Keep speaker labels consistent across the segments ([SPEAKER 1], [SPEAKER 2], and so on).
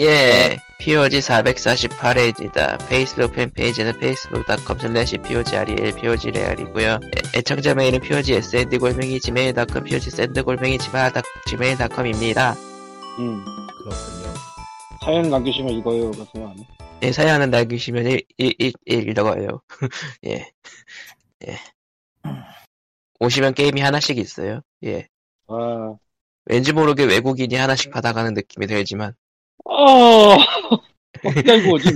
[SPEAKER 1] 예, POG 448회입니다. 페이스북 팬페이지는 facebook.com slash POGREL, POGREAL이고요. 애청자 메일은 POG SND골뱅이 지메일.com, POG SND골뱅이 지메일.com입니다.
[SPEAKER 2] 음.
[SPEAKER 3] 그렇군요.
[SPEAKER 2] 사연 남기시면 읽어요. 그래서 안 해.
[SPEAKER 1] 예, 사연은 남기시면 1, 1, 1, 1 읽어요. 예. 예. 오시면 게임이 하나씩 있어요. 예.
[SPEAKER 2] 아.
[SPEAKER 1] 왠지 모르게 외국인이 하나씩 받아가는 느낌이 들지만, 아.
[SPEAKER 2] 어. 어떻게 알고 오지?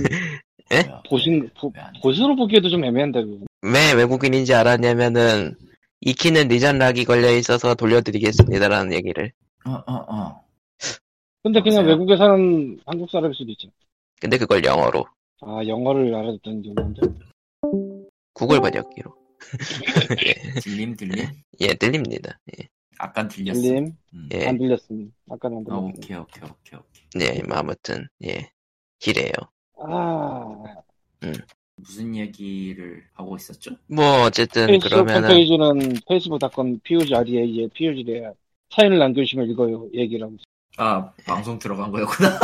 [SPEAKER 1] 예?
[SPEAKER 2] 보신 보, 보시로 보기에도 좀 애매한데 그거.
[SPEAKER 1] 왜 외국인인지 알았냐면은, 익히는 리전 락이 걸려있어서 돌려드리겠습니다라는 얘기를.
[SPEAKER 3] 어어어.
[SPEAKER 2] 근데 그냥
[SPEAKER 3] 보세요.
[SPEAKER 2] 외국에 사는 한국 사람일 수도 있지.
[SPEAKER 1] 근데 그걸 영어로
[SPEAKER 2] 아 영어를 알아듣는 경우인데.
[SPEAKER 1] 구글 번역기로
[SPEAKER 3] 들림 들림?
[SPEAKER 1] 예 들립니다 예,
[SPEAKER 3] 아까 들렸어.
[SPEAKER 2] 들림
[SPEAKER 3] 음.
[SPEAKER 1] 예.
[SPEAKER 2] 안 들렸습니다. 아까는 안
[SPEAKER 3] 어,
[SPEAKER 2] 들렸.
[SPEAKER 3] 오케이 오케이 오케이 오케이.
[SPEAKER 1] 예, 뭐 아무튼 예 기래요 어.
[SPEAKER 2] 아.
[SPEAKER 3] 무슨 얘기를 하고 있었죠?
[SPEAKER 1] 뭐 어쨌든
[SPEAKER 2] 페이스북
[SPEAKER 1] 그러면은
[SPEAKER 2] 홈페이지는 facebook.com POGREA의 POGREA 사연을 남기시면 읽어요. 얘기라고.
[SPEAKER 3] 아 방송 들어간 거였구나.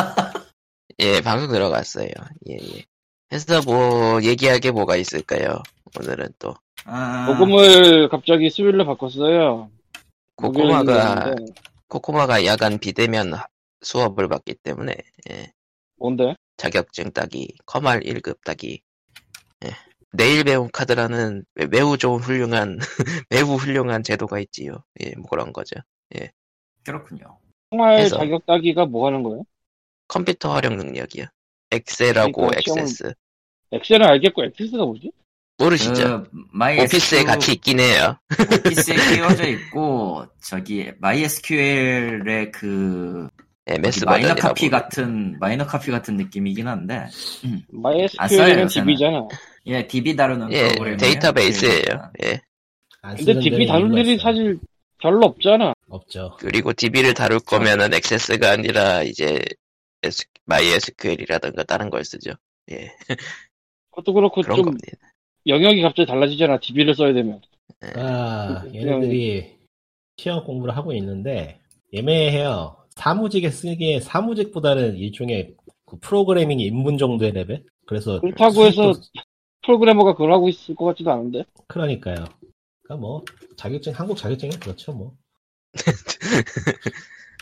[SPEAKER 1] 예 방송 들어갔어요 예예 해서 뭐 얘기할 게 뭐가 있을까요 오늘은 또
[SPEAKER 3] 아,
[SPEAKER 2] 녹음을 갑자기 수요일로 바꿨어요.
[SPEAKER 1] 코코마가
[SPEAKER 2] 목요일인데.
[SPEAKER 1] 코코마가 야간 비대면 수업을 받기 때문에 예,
[SPEAKER 2] 뭔데?
[SPEAKER 1] 자격증 따기 커말 1급 따기 예. 내일 배움 카드라는 매- 매우 좋은 훌륭한 매우 훌륭한 제도가 있지요 예뭐 그런 거죠
[SPEAKER 3] 그렇군요.
[SPEAKER 2] 정말
[SPEAKER 1] 해서.
[SPEAKER 2] 자격 따기가 뭐 하는 거예요?
[SPEAKER 1] 컴퓨터 활용 능력이요. 엑셀하고
[SPEAKER 2] 그러니까 시험은-
[SPEAKER 1] 액세스.
[SPEAKER 2] 엑셀은 알겠고 엑세스가 뭐지?
[SPEAKER 1] 모르시죠?
[SPEAKER 3] 그, MySQL,
[SPEAKER 1] 오피스에 같이 있긴 해요.
[SPEAKER 3] 오피스에 끼워져 있고 저기 MySQL의 그
[SPEAKER 1] 예, MS
[SPEAKER 3] 마이너
[SPEAKER 1] 버전이라고.
[SPEAKER 3] 카피 같은 마이너 카피 같은 느낌이긴 한데 아, 써요,
[SPEAKER 2] MySQL은
[SPEAKER 3] 저는.
[SPEAKER 2] DB잖아.
[SPEAKER 3] 예 DB 다루는
[SPEAKER 1] 예,
[SPEAKER 3] 프로그램이에요.
[SPEAKER 1] 데이터베이스예요. 예.
[SPEAKER 4] 안
[SPEAKER 2] 근데
[SPEAKER 4] 쓰는
[SPEAKER 2] DB
[SPEAKER 4] 데는
[SPEAKER 2] 다룰
[SPEAKER 4] 일로
[SPEAKER 2] 일이
[SPEAKER 4] 있어요.
[SPEAKER 2] 사실 별로 없잖아.
[SPEAKER 4] 없죠.
[SPEAKER 1] 그리고 DB를 다룰 거면은 액세스가 아니라 이제 S, MySQL이라든가 다른 걸 쓰죠. 예,
[SPEAKER 2] 그것도 그렇고
[SPEAKER 1] 그런
[SPEAKER 2] 좀
[SPEAKER 1] 겁니다.
[SPEAKER 2] 영역이 갑자기 달라지잖아. DB를 써야 되면.
[SPEAKER 4] 아,
[SPEAKER 2] 네, 그냥-
[SPEAKER 4] 얘네들이 시험 공부를 하고 있는데 예매해요. 사무직에 쓰기에 사무직보다는 일종의 그 프로그래밍 입문 정도의 레벨. 그래서
[SPEAKER 2] 그렇다고 해서
[SPEAKER 4] 수익도-
[SPEAKER 2] 프로그래머가 그걸 하고 있을 것 같지도 않은데.
[SPEAKER 4] 그러니까요. 그러니까 뭐 자격증 한국 자격증이 그렇죠 뭐.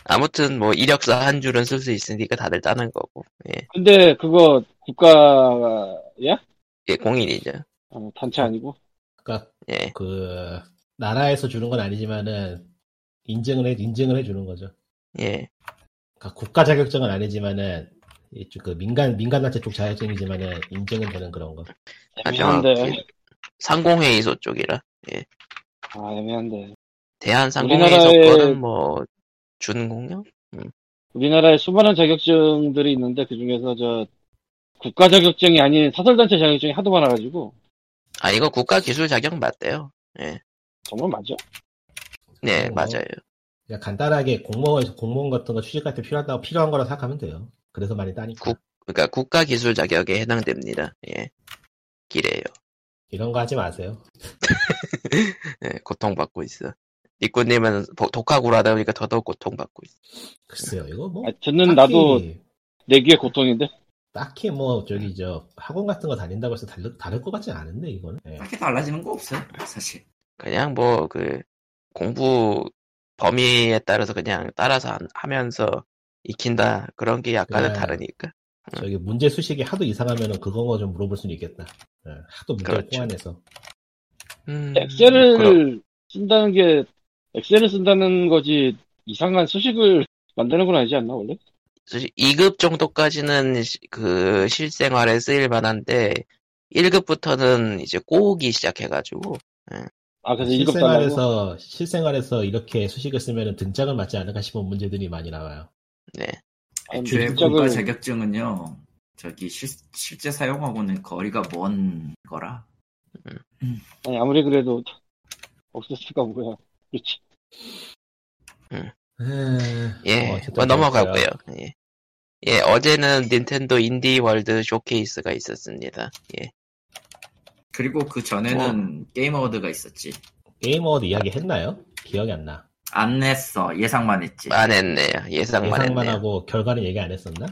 [SPEAKER 1] 아무튼 뭐 이력서 한 줄은 쓸 수 있으니까 다들 따는 거고. 예,
[SPEAKER 2] 근데 그거 국가야?
[SPEAKER 1] 예, 공인이죠.
[SPEAKER 2] 어, 단체 아니고.
[SPEAKER 4] 그러니까
[SPEAKER 1] 예,
[SPEAKER 4] 그 나라에서 주는 건 아니지만은 인증을 해 인증을 해주는 거죠.
[SPEAKER 1] 예,
[SPEAKER 4] 그러니까 국가 자격증은 아니지만은 이쪽 그 민간 민간 단체 쪽 자격증이지만은 인증은 되는 그런 거.
[SPEAKER 2] 애매한데.
[SPEAKER 1] 그 상공회의소 쪽이라
[SPEAKER 2] 아 애매한데.
[SPEAKER 1] 대한 상공회의소
[SPEAKER 2] 우리나라의-
[SPEAKER 1] 거는 뭐 주는 공룡?
[SPEAKER 2] 우리나라에 수많은 자격증들이 있는데 그 중에서 저 국가 자격증이 아닌 사설단체 자격증이 하도 많아가지고
[SPEAKER 1] 아 이거 국가 기술 자격 맞대요.
[SPEAKER 2] 정말 맞아.
[SPEAKER 1] 네,
[SPEAKER 4] 그런 거.
[SPEAKER 1] 맞아요.
[SPEAKER 4] 그냥 간단하게 공무원에서 공무원 같은 거 취직할 때 필요하다고 필요한 거라 생각하면 돼요. 그래서 많이 따니까
[SPEAKER 1] 국- 그러니까 국가 기술 자격에 해당됩니다. 예. 기래요.
[SPEAKER 4] 이런 거 하지 마세요.
[SPEAKER 1] 예, 고통받고 있어. 니꾸님은 독학으로 하다 보니까 더더욱 고통받고 있어.
[SPEAKER 4] 글쎄요, 이거 뭐
[SPEAKER 2] 아, 듣는 나도 내 귀에 고통인데.
[SPEAKER 4] 딱히 뭐 저기 저 학원 같은 거 다닌다고 해서 다를, 다를 것 같진 않은데 이거는 예.
[SPEAKER 3] 딱히 달라지는 거 없어요 사실.
[SPEAKER 1] 그냥 뭐 그 공부 범위에 따라서 그냥 따라서 한- 하면서 익힌다 그런 게 약간은
[SPEAKER 4] 네.
[SPEAKER 1] 다르니까.
[SPEAKER 4] 저기 문제 수식이 하도 이상하면은 그거 거좀 물어볼 수는 있겠다. 예, 하도 문제를
[SPEAKER 1] 그렇죠.
[SPEAKER 4] 꼬안해서
[SPEAKER 1] 음,
[SPEAKER 2] 엑셀을
[SPEAKER 1] 그럼-
[SPEAKER 2] 쓴다는 게 엑셀을 쓴다는 거지 이상한 수식을 만드는 건 아니지 않나 원래?
[SPEAKER 1] 사실 2급 정도까지는 시- 그 실생활에 쓰일 만한데 1급부터는 이제 꼬우기 시작해가지고
[SPEAKER 2] 아 그래서 일급 달라고?
[SPEAKER 4] 실생활에서 실생활에서 이렇게 수식을 쓰면은 등짝을 맞지 않을까 싶은 문제들이 많이 나와요.
[SPEAKER 1] 네.
[SPEAKER 2] 아니,
[SPEAKER 3] 주의
[SPEAKER 2] 등짝을-
[SPEAKER 3] 국가 자격증은요 저기 실, 실제 사용하고는 거리가 먼 거라
[SPEAKER 2] 아니 아무리 그래도 없었을까 뭐야. 그렇지.
[SPEAKER 4] 에,
[SPEAKER 1] 예,
[SPEAKER 4] 뭐 어쨌든
[SPEAKER 1] 뭐 넘어가고요.
[SPEAKER 4] 그랬어요.
[SPEAKER 1] 예. 예, 어제는 닌텐도 인디 월드 쇼케이스가 있었습니다. 예.
[SPEAKER 3] 그리고 그 전에는 게임 어워드가 있었지
[SPEAKER 4] 게임 어워드 이야기 했나요? 기억이 안 나.
[SPEAKER 3] 안 했어 예상만 했지
[SPEAKER 1] 안 했네요. 예상만
[SPEAKER 4] 예상만
[SPEAKER 1] 했네요.
[SPEAKER 4] 하고 결과는 얘기 안 했었나?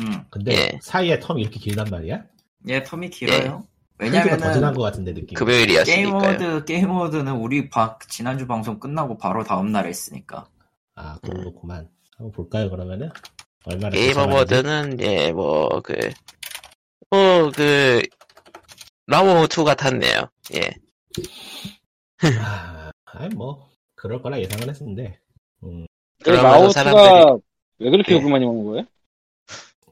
[SPEAKER 3] 음.
[SPEAKER 4] 근데
[SPEAKER 1] 예.
[SPEAKER 4] 사이에 텀이 이렇게 길단 말이야?
[SPEAKER 3] 예, 텀이 길어요.
[SPEAKER 4] 한주가 그러니까 더 지난
[SPEAKER 3] 왜냐면은
[SPEAKER 4] 것 같은데 느낌.
[SPEAKER 1] 그 금요일이었으니까요.
[SPEAKER 3] 게임워드 게임워드는 우리 박 지난주 방송 끝나고 바로 다음 날에 했으니까.
[SPEAKER 4] 아 그럼 그렇구만. 한번 볼까요 그러면은? 얼마나
[SPEAKER 1] 게임
[SPEAKER 4] 고생하는지?
[SPEAKER 1] 어워드는 예 뭐 그 뭐그 라워 2 같았네요. 예.
[SPEAKER 4] 아, 아니 뭐 그럴 거라 예상을 했는데. 음,
[SPEAKER 2] 왜
[SPEAKER 1] 그러면서
[SPEAKER 2] 라오스가
[SPEAKER 1] 사람들이
[SPEAKER 2] 왜 그렇게
[SPEAKER 1] 예.
[SPEAKER 2] 욕을 많이 먹는 거예요?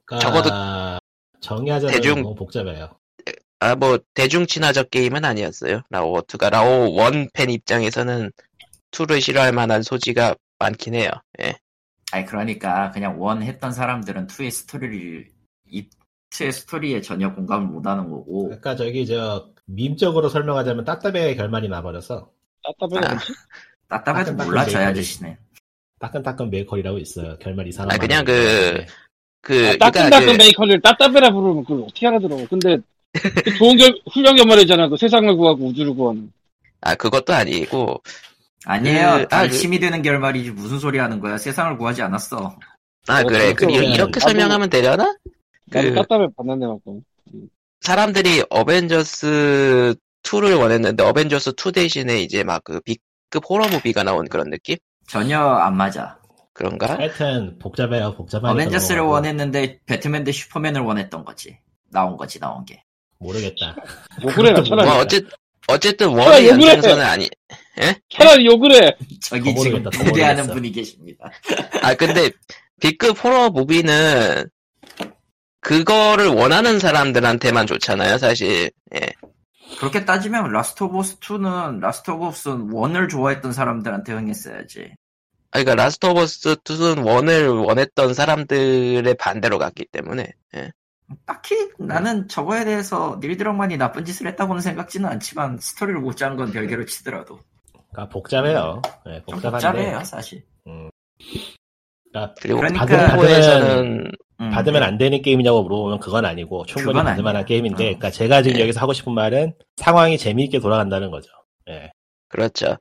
[SPEAKER 4] 그러니까 정의하자면
[SPEAKER 1] 대중-
[SPEAKER 4] 너무 복잡해요.
[SPEAKER 1] 아 뭐 대중 친화적 게임은 아니었어요. 라오 2가 라오 1 팬 입장에서는 2를 싫어할 만한 소지가 많긴 해요. 예.
[SPEAKER 3] 아니 그러니까 그냥 원 했던 사람들은 투의 스토리를 이 투의 스토리에 전혀 공감을 못하는 거고.
[SPEAKER 4] 그러니까 저기 저 밈적으로 설명하자면 따따배의 결말이 나버려서
[SPEAKER 2] 따따블
[SPEAKER 1] 아.
[SPEAKER 3] 답답해도
[SPEAKER 4] 따끈따끈
[SPEAKER 3] 몰라 저
[SPEAKER 4] 메이커리.
[SPEAKER 3] 아저씨는.
[SPEAKER 4] 따끈따끈 메이커리라고 있어요. 결말 이상한.
[SPEAKER 1] 아, 그냥 그- 그
[SPEAKER 4] 아,
[SPEAKER 2] 따끈따끈
[SPEAKER 1] 그러니까 그-
[SPEAKER 2] 메이커를 따따베라 부르면 그걸 어떻게 알아들어? 근데 그 좋은 결 훌륭한 결말이잖아. 그 세상을 구하고 우주를 구하는.
[SPEAKER 1] 아 그것도 아니고
[SPEAKER 4] 네,
[SPEAKER 3] 아니에요.
[SPEAKER 1] 그- 아, 그-
[SPEAKER 3] 달심이 되는 결말이지 무슨 소리 하는 거야. 세상을 구하지 않았어.
[SPEAKER 1] 아
[SPEAKER 2] 어, 그러니까
[SPEAKER 1] 그래 그
[SPEAKER 4] 그러면
[SPEAKER 1] 이렇게
[SPEAKER 2] 나도-
[SPEAKER 1] 설명하면 되려나?
[SPEAKER 2] 나도
[SPEAKER 1] 그-
[SPEAKER 2] 따따베 봤는데 맞고.
[SPEAKER 1] 사람들이 어벤져스 2를 원했는데 어벤져스 2 대신에 이제 막 그 B급 호러 무비가 나온 그런 느낌?
[SPEAKER 3] 전혀 안 맞아.
[SPEAKER 1] 그런가?
[SPEAKER 4] 네. 하여튼 복잡해요. 복잡하니까. 뭐
[SPEAKER 3] 어벤져스를
[SPEAKER 4] 넘어가고.
[SPEAKER 3] 원했는데 배트맨 대 슈퍼맨을 원했던 거지. 나온 거지 나온 게.
[SPEAKER 4] 모르겠다.
[SPEAKER 2] 욕을 해라
[SPEAKER 1] 뭐
[SPEAKER 4] 그것도
[SPEAKER 2] 차라리.
[SPEAKER 4] 그러니까.
[SPEAKER 1] 어쨌 어쨌든
[SPEAKER 2] 아,
[SPEAKER 1] 원의
[SPEAKER 2] 왜 그래?
[SPEAKER 1] 연장선은 아니.
[SPEAKER 2] 차라리 욕을 해.
[SPEAKER 3] 저기
[SPEAKER 4] 더
[SPEAKER 3] 지금
[SPEAKER 4] 모르겠다, 더
[SPEAKER 3] 분개하는
[SPEAKER 4] 모르겠어.
[SPEAKER 3] 분이 계십니다.
[SPEAKER 1] 아 근데 B급 호러 무비는 그거를 원하는 사람들한테만 좋잖아요, 사실. 예.
[SPEAKER 3] 그렇게 따지면 라스트 오브 스 2는 라스트 오브 스 1을 좋아했던 사람들한테 흥했어야지.
[SPEAKER 1] 아, 그러니까 라스트 오브 스 2는 원을 원했던 사람들의 반대로 갔기 때문에. 예.
[SPEAKER 3] 딱히 나는 저거에 대해서 닐드럭만이 나쁜 짓을 했다고는 생각지는 않지만 스토리를 못 짠 건 별개로 치더라도
[SPEAKER 4] 그러니까 복잡해요. 네,
[SPEAKER 3] 좀
[SPEAKER 4] 복잡한데.
[SPEAKER 3] 복잡해요 사실.
[SPEAKER 4] 그러니까
[SPEAKER 1] 그리고
[SPEAKER 3] 그러니까-
[SPEAKER 1] 받은 포에서는
[SPEAKER 3] 음.
[SPEAKER 4] 받으면 안 되는 게임이냐고 물어보면 그건 아니고 충분히
[SPEAKER 3] 그건
[SPEAKER 4] 받을
[SPEAKER 3] 아니에요.
[SPEAKER 4] 만한 게임인데
[SPEAKER 3] 어.
[SPEAKER 4] 그러니까 제가 지금
[SPEAKER 1] 네.
[SPEAKER 4] 여기서 하고 싶은 말은 상황이 재미있게 돌아간다는 거죠. 예.
[SPEAKER 1] 그렇죠.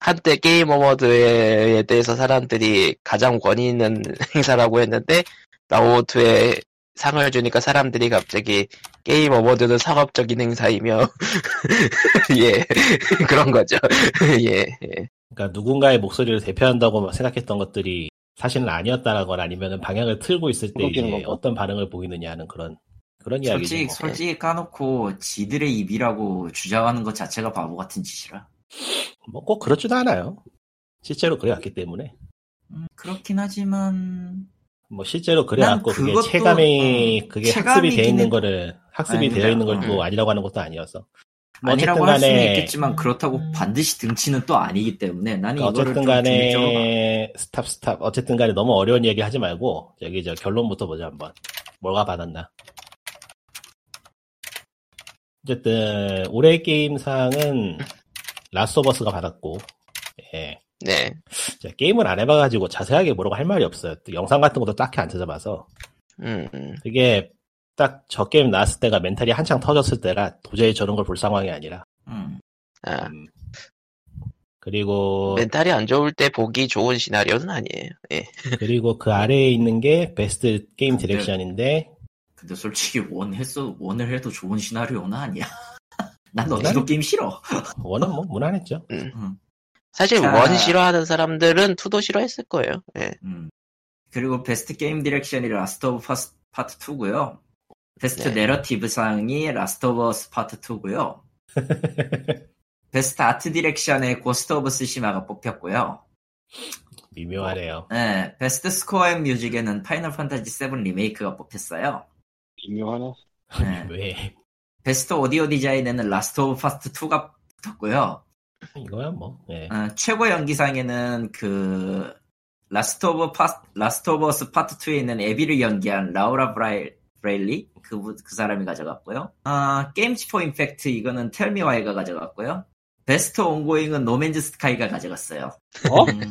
[SPEAKER 1] 한때 게임 어워드에 대해서 사람들이 가장 권위 있는 행사라고 했는데 라오트에 상을 주니까 사람들이 갑자기 게임 어워드는 상업적인 행사이며 예 그런 거죠 예, 예.
[SPEAKER 4] 그러니까 누군가의 목소리를 대표한다고 생각했던 것들이 사실은 아니었다라거나 아니면 방향을 틀고 있을 때
[SPEAKER 2] 그렇기는
[SPEAKER 4] 이제
[SPEAKER 2] 거고.
[SPEAKER 4] 어떤 반응을 보이느냐 하는 그런 그런 이야기죠.
[SPEAKER 3] 솔직히
[SPEAKER 4] 뭐.
[SPEAKER 3] 솔직히 까놓고 지들의 입이라고 주장하는 것 자체가 바보 같은 짓이라.
[SPEAKER 4] 뭐꼭 그렇지도 않아요. 실제로 그래왔기 때문에
[SPEAKER 3] 음, 그렇긴 하지만
[SPEAKER 4] 뭐 실제로 그래왔고
[SPEAKER 3] 난
[SPEAKER 4] 그게
[SPEAKER 3] 그것도- 어,
[SPEAKER 4] 체감이 그게 학습이 돼
[SPEAKER 3] 체감이긴
[SPEAKER 4] 있는
[SPEAKER 3] 해도-
[SPEAKER 4] 거를 학습이
[SPEAKER 3] 아닙니다.
[SPEAKER 4] 되어 있는 걸
[SPEAKER 1] 음.
[SPEAKER 4] 또 아니라고 하는 것도 아니어서 뭐
[SPEAKER 3] 아니라고 할 수는
[SPEAKER 4] 어쨌든간에
[SPEAKER 3] 있겠지만 그렇다고 반드시 등치는 또 아니기 때문에 나는
[SPEAKER 4] 그러니까
[SPEAKER 3] 이거를
[SPEAKER 4] 어쨌든
[SPEAKER 3] 좀 중립적으로 봐.
[SPEAKER 4] 간에 스탑 스탑 어쨌든 간에 너무 어려운 얘기 하지 말고 여기 저 결론부터 보자 한번 뭐가 받았나 어쨌든 올해 게임상은 라스오버스가 받았고 예.
[SPEAKER 1] 네
[SPEAKER 4] 제가 게임을 안 해봐가지고 자세하게 뭐라고 할 말이 없어요 또 영상 같은 것도 딱히 안 찾아봐서
[SPEAKER 1] 음, 음.
[SPEAKER 4] 그게 딱 저 게임 나왔을 때가 멘탈이 한창 터졌을 때라 도저히 저런 걸 볼 상황이 아니라
[SPEAKER 3] 음.
[SPEAKER 1] 아,
[SPEAKER 4] 음. 그리고
[SPEAKER 1] 멘탈이 안 좋을 때 보기 좋은 시나리오는 아니에요 예
[SPEAKER 4] 그리고 그 아래에 있는 게 베스트 게임 디렉션인데
[SPEAKER 3] 근데 솔직히 원 했어 원을 해도 좋은 시나리오는 아니야. 난
[SPEAKER 4] 원은?
[SPEAKER 3] 어디도 게임 싫어. 음.
[SPEAKER 4] 원은 뭐 무난했죠.
[SPEAKER 1] 사실
[SPEAKER 3] 자.
[SPEAKER 1] 원 싫어하는 사람들은 투도 싫어했을 거예요 예
[SPEAKER 3] 음. 그리고 베스트 게임 디렉션이 라스트 오브 파스, 파트 2고요. 베스트
[SPEAKER 1] 네.
[SPEAKER 3] 내러티브 상이 라스트 오브 어스 파트 2고요. 베스트 아트 디렉션에 고스트 오브 스시마가 뽑혔고요.
[SPEAKER 4] 미묘하네요.
[SPEAKER 3] 네, 베스트 스코어 앤 뮤직에는 파이널 판타지 7 리메이크가 뽑혔어요.
[SPEAKER 2] 기묘하나.
[SPEAKER 4] 아,
[SPEAKER 3] 네.
[SPEAKER 4] 왜
[SPEAKER 3] 베스트 오디오 디자인에는 라스트 오브 파스트 2가 붙었고요.
[SPEAKER 4] 이거야 뭐 예.
[SPEAKER 3] 어, 최고 연기상에는 그 라스트 오브 파 라스트 오브 어스 파트 2에 있는 에비를 연기한 라우라 브라일 브레일리 그그 그 사람이 가져갔고요. 아 게임즈 포 임팩트 이거는 텔미와이가 가져갔고요. 베스트 온고잉은 노맨즈 스카이가 가져갔어요.
[SPEAKER 2] 어?
[SPEAKER 3] 음,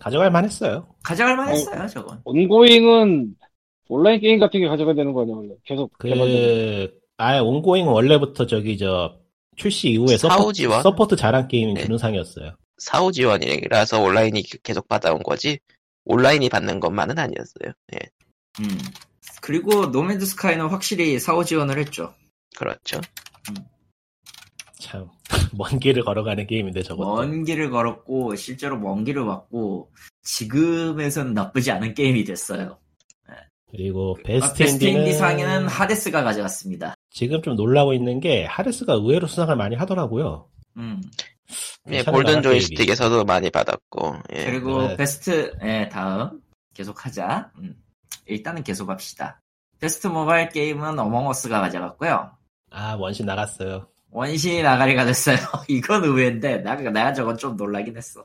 [SPEAKER 4] 가져갈 만했어요.
[SPEAKER 3] 가져갈 만했어요 저건.
[SPEAKER 2] 온고잉은 온라인 게임 같은 게 가져가야 되는 거 아니야 원래. 계속 개발되는.
[SPEAKER 4] 그 아예 온고잉 원래부터 저기 저 출시 이후에
[SPEAKER 1] 사우지와?
[SPEAKER 4] 서포트, 서포트 잘한 게임
[SPEAKER 1] 네.
[SPEAKER 4] 준우상이었어요.
[SPEAKER 1] 사후 지원이라서 온라인이 계속 받아온 거지 온라인이 받는 것만은 아니었어요 예
[SPEAKER 3] 음. 그리고 노맨드 스카이는 확실히 사후 지원을 했죠.
[SPEAKER 1] 그렇죠.
[SPEAKER 4] 참, 먼 길을 걸어가는 게임인데, 저것도.
[SPEAKER 3] 먼 길을 걸었고 실제로 먼 길을 왔고 지금에선 나쁘지 않은 게임이 됐어요.
[SPEAKER 4] 그리고
[SPEAKER 3] 아,
[SPEAKER 4] 베스트
[SPEAKER 3] 베스트
[SPEAKER 4] 엔딩은
[SPEAKER 3] 인디 상에는 하데스가 가져갔습니다.
[SPEAKER 4] 지금 좀 놀라고 있는 게, 하데스가 의외로 수상을 많이 하더라고요.
[SPEAKER 3] 음.
[SPEAKER 1] 예,
[SPEAKER 4] 괜찮은
[SPEAKER 1] 골든
[SPEAKER 4] 나라 게임이.
[SPEAKER 1] 조이스틱에서도 많이 받았고. 예.
[SPEAKER 3] 그리고
[SPEAKER 4] 네.
[SPEAKER 3] 베스트 예, 다음 계속하자. 음. 일단은 계속합시다. 베스트 모바일 게임은 어몽어스가 가져갔고요.
[SPEAKER 4] 아, 원신 나갔어요.
[SPEAKER 3] 원신이 나가리가 됐어요. 이건 의외인데 나 내가 저건 좀 놀라긴 했어.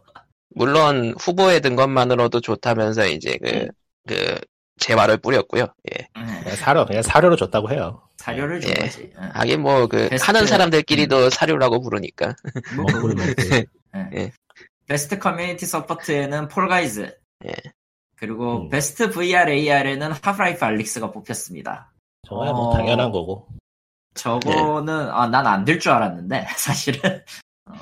[SPEAKER 1] 물론 후보에 든 것만으로도 좋다면서 이제 그, 그, 재화를 뿌렸고요. 예.
[SPEAKER 3] 음,
[SPEAKER 4] 그냥 사료, 그냥 사료로 줬다고 해요.
[SPEAKER 3] 사료를 준
[SPEAKER 1] 예.
[SPEAKER 3] 거지. 음.
[SPEAKER 1] 하긴 뭐 그,
[SPEAKER 3] 베스트- 음.
[SPEAKER 1] 하는 사람들끼리도 사료라고 부르니까.
[SPEAKER 3] 뭐
[SPEAKER 4] 먹물, 먹물.
[SPEAKER 3] 베스트 커뮤니티 서포트에는 폴가이즈.
[SPEAKER 1] 예.
[SPEAKER 3] 그리고
[SPEAKER 4] 음.
[SPEAKER 3] 베스트 VR AR에는 하프라이프 알릭스가 뽑혔습니다.
[SPEAKER 4] 정말 뭐
[SPEAKER 3] 어.
[SPEAKER 4] 당연한 거고.
[SPEAKER 3] 저거는 아, 난 안 될 줄 알았는데 사실은. 어.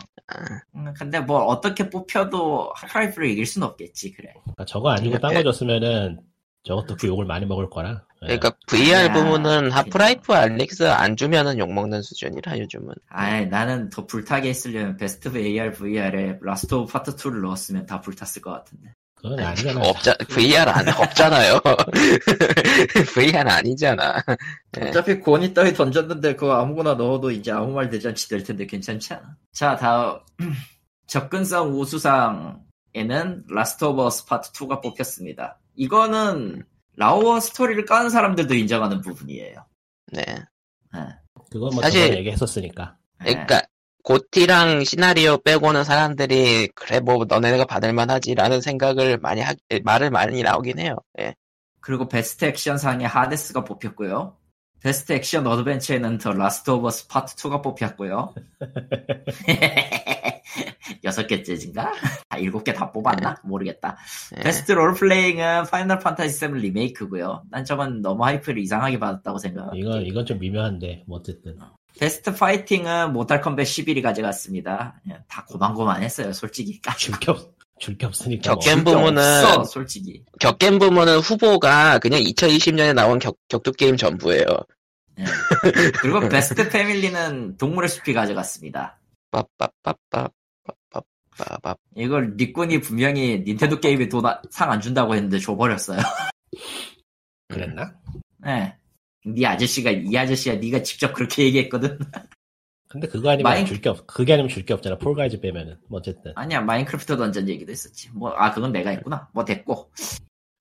[SPEAKER 3] 음, 근데 뭐 어떻게 뽑혀도 하프라이프를 이길 순 없겠지 그래.
[SPEAKER 4] 그러니까 저거 아니고 딴
[SPEAKER 1] 예.
[SPEAKER 4] 거 줬으면은, 저것도 그 욕을 많이 먹을 거라. 예.
[SPEAKER 1] 그러니까 VR
[SPEAKER 3] 야,
[SPEAKER 1] 부문은 하프라이프 알릭스 안 주면은 욕먹는 수준이라 요즘은.
[SPEAKER 3] 아이 나는 더 불타게 했으려면 베스트 AR VR에 라스트 오브 파트 2를 넣었으면 다 불탔을 것 같은데.
[SPEAKER 4] 그건 아니잖아.
[SPEAKER 1] 없자, VR 안, 없잖아요. VR 아니잖아. 네.
[SPEAKER 3] 어차피 고니 따위 던졌는데 그거 아무거나 넣어도 이제 아무 말 대잔치 될 텐데 괜찮지 않아? 자 다음 접근성 우수상에는 라스트 오브 어스 파트 2가 뽑혔습니다. 이거는 라오어 스토리를 까는 사람들도 인정하는 부분이에요.
[SPEAKER 1] 네.
[SPEAKER 4] 그건 뭐
[SPEAKER 1] 사실-
[SPEAKER 4] 저번에 얘기했었으니까.
[SPEAKER 3] 예.
[SPEAKER 1] 그러니까 고티랑 시나리오 빼고는 사람들이 그래 뭐 너네가 받을 만하지라는 생각을 많이 하, 말을 많이 나오긴 해요. 예.
[SPEAKER 3] 그리고 베스트 액션 상에 하데스가 뽑혔고요. 베스트 액션 어드벤처에는 더 라스트 오브 어스 파트 2가 뽑혔고요. 여섯 개째인가? 아, 일곱 개 다 뽑았나? 모르겠다.
[SPEAKER 1] 예.
[SPEAKER 3] 베스트 롤플레잉은 파이널 판타지 7 리메이크고요. 난 저건 너무 하이프를 이상하게 받았다고 생각합니다.
[SPEAKER 4] 이건, 이건 좀 미묘한데, 뭐 어쨌든.
[SPEAKER 3] 베스트 파이팅은 모탈 컴뱃 11이 가져갔습니다. 예, 다 고만고만했어요, 솔직히.
[SPEAKER 4] 줄 게 없, 줄 게 없으니까. 뭐.
[SPEAKER 1] 적게 겜 부문은-
[SPEAKER 3] 없어, 솔직히.
[SPEAKER 1] 격겜 부문은 후보가 그냥 2020년에 나온 격, 격투 게임 전부예요.
[SPEAKER 3] 예. 그리고 베스트 패밀리는 동물의 숲이 가져갔습니다.
[SPEAKER 1] 빠빠빠빠 빠빠빠
[SPEAKER 3] 이걸 니꾼이 분명히 닌텐도 게임에 상 안 준다고 했는데 줘버렸어요.
[SPEAKER 4] 그랬나?
[SPEAKER 3] 네. 네 아저씨가 이 아저씨야 네가 직접 그렇게 얘기했거든.
[SPEAKER 4] 근데 그거 아니면
[SPEAKER 3] 마인-
[SPEAKER 4] 줄 게 없, 그게 아니면 줄 게 없잖아. 폴가이즈 빼면은. 뭐 어쨌든.
[SPEAKER 3] 아니야 마인크래프트 던전 얘기도 했었지. 뭐 아 그건 내가 했구나. 뭐 됐고.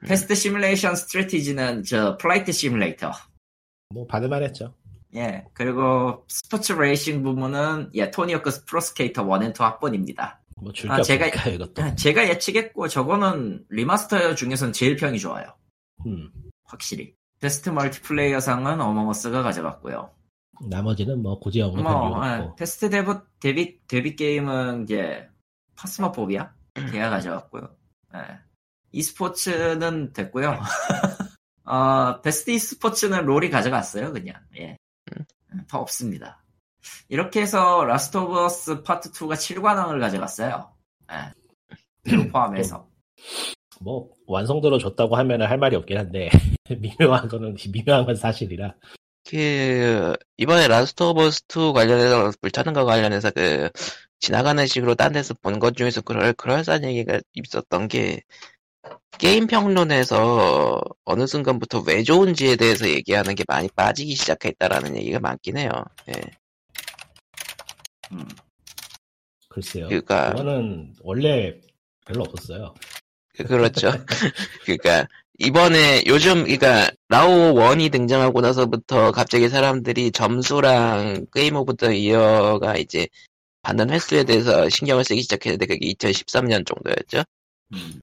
[SPEAKER 3] 패스트 시뮬레이션 스트레티지는 저 플라이트 시뮬레이터.
[SPEAKER 4] 뭐 받을만 했죠.
[SPEAKER 3] 예. 그리고 스포츠 레이싱 부문은 예 토니오크 프로스케이터 1앤2 학번입니다.
[SPEAKER 4] 뭐 줄 게
[SPEAKER 3] 아, 제가-
[SPEAKER 4] 없으니까 이것도.
[SPEAKER 3] 제가 예측했고 저거는 리마스터 중에선 제일 평이 좋아요.
[SPEAKER 4] 음.
[SPEAKER 3] 확실히. 베스트 멀티플레이어 상은 어몽어스가 가져갔고요.
[SPEAKER 4] 나머지는 뭐 굳이 언급할
[SPEAKER 3] 뭐,
[SPEAKER 4] 이유가
[SPEAKER 3] 예,
[SPEAKER 1] 아.
[SPEAKER 4] 없고.
[SPEAKER 3] 패스트 데뷔, 데뷔, 데뷔 게임은 이제 파스마포비아?
[SPEAKER 4] 음.
[SPEAKER 3] 걔가 가져왔고요. 예. e스포츠는 됐고요.
[SPEAKER 4] 네.
[SPEAKER 3] 어, 베스트 e스포츠는 롤이 가져갔어요, 그냥. 예.
[SPEAKER 4] 음.
[SPEAKER 3] 더 없습니다. 이렇게 해서 라스트 오브 어스 파트 2가 7관왕을 가져갔어요. 예. 이거 포함해서.
[SPEAKER 4] 뭐 완성도로 줬다고 하면은 할 말이 없긴 한데 미묘한 거는 미묘한 건 사실이라.
[SPEAKER 1] 그 이번에 라스트 오브 어스 2 관련해서 불타는 거 관련해서 그 지나가는 식으로 딴 데서 본 것 중에서 그럴 그럴싸한 얘기가 있었던 게 게임 평론에서 어느 순간부터 왜 좋은지에 대해서 얘기하는 게 많이 빠지기 시작했다라는 얘기가 많긴 해요. 예.
[SPEAKER 3] 음.
[SPEAKER 4] 글쎄요.
[SPEAKER 1] 그러니까
[SPEAKER 4] 그거는 원래 별로 없었어요.
[SPEAKER 1] 그- 그렇죠. 그러니까 이번에 요즘 그러니까 라오 1이 등장하고 나서부터 갑자기 사람들이 점수랑 게임 오브더 이어가 이제 받는 횟수에 대해서 신경을 쓰기 시작했는데 그게 2013년 정도였죠.
[SPEAKER 3] 음. 기억이 안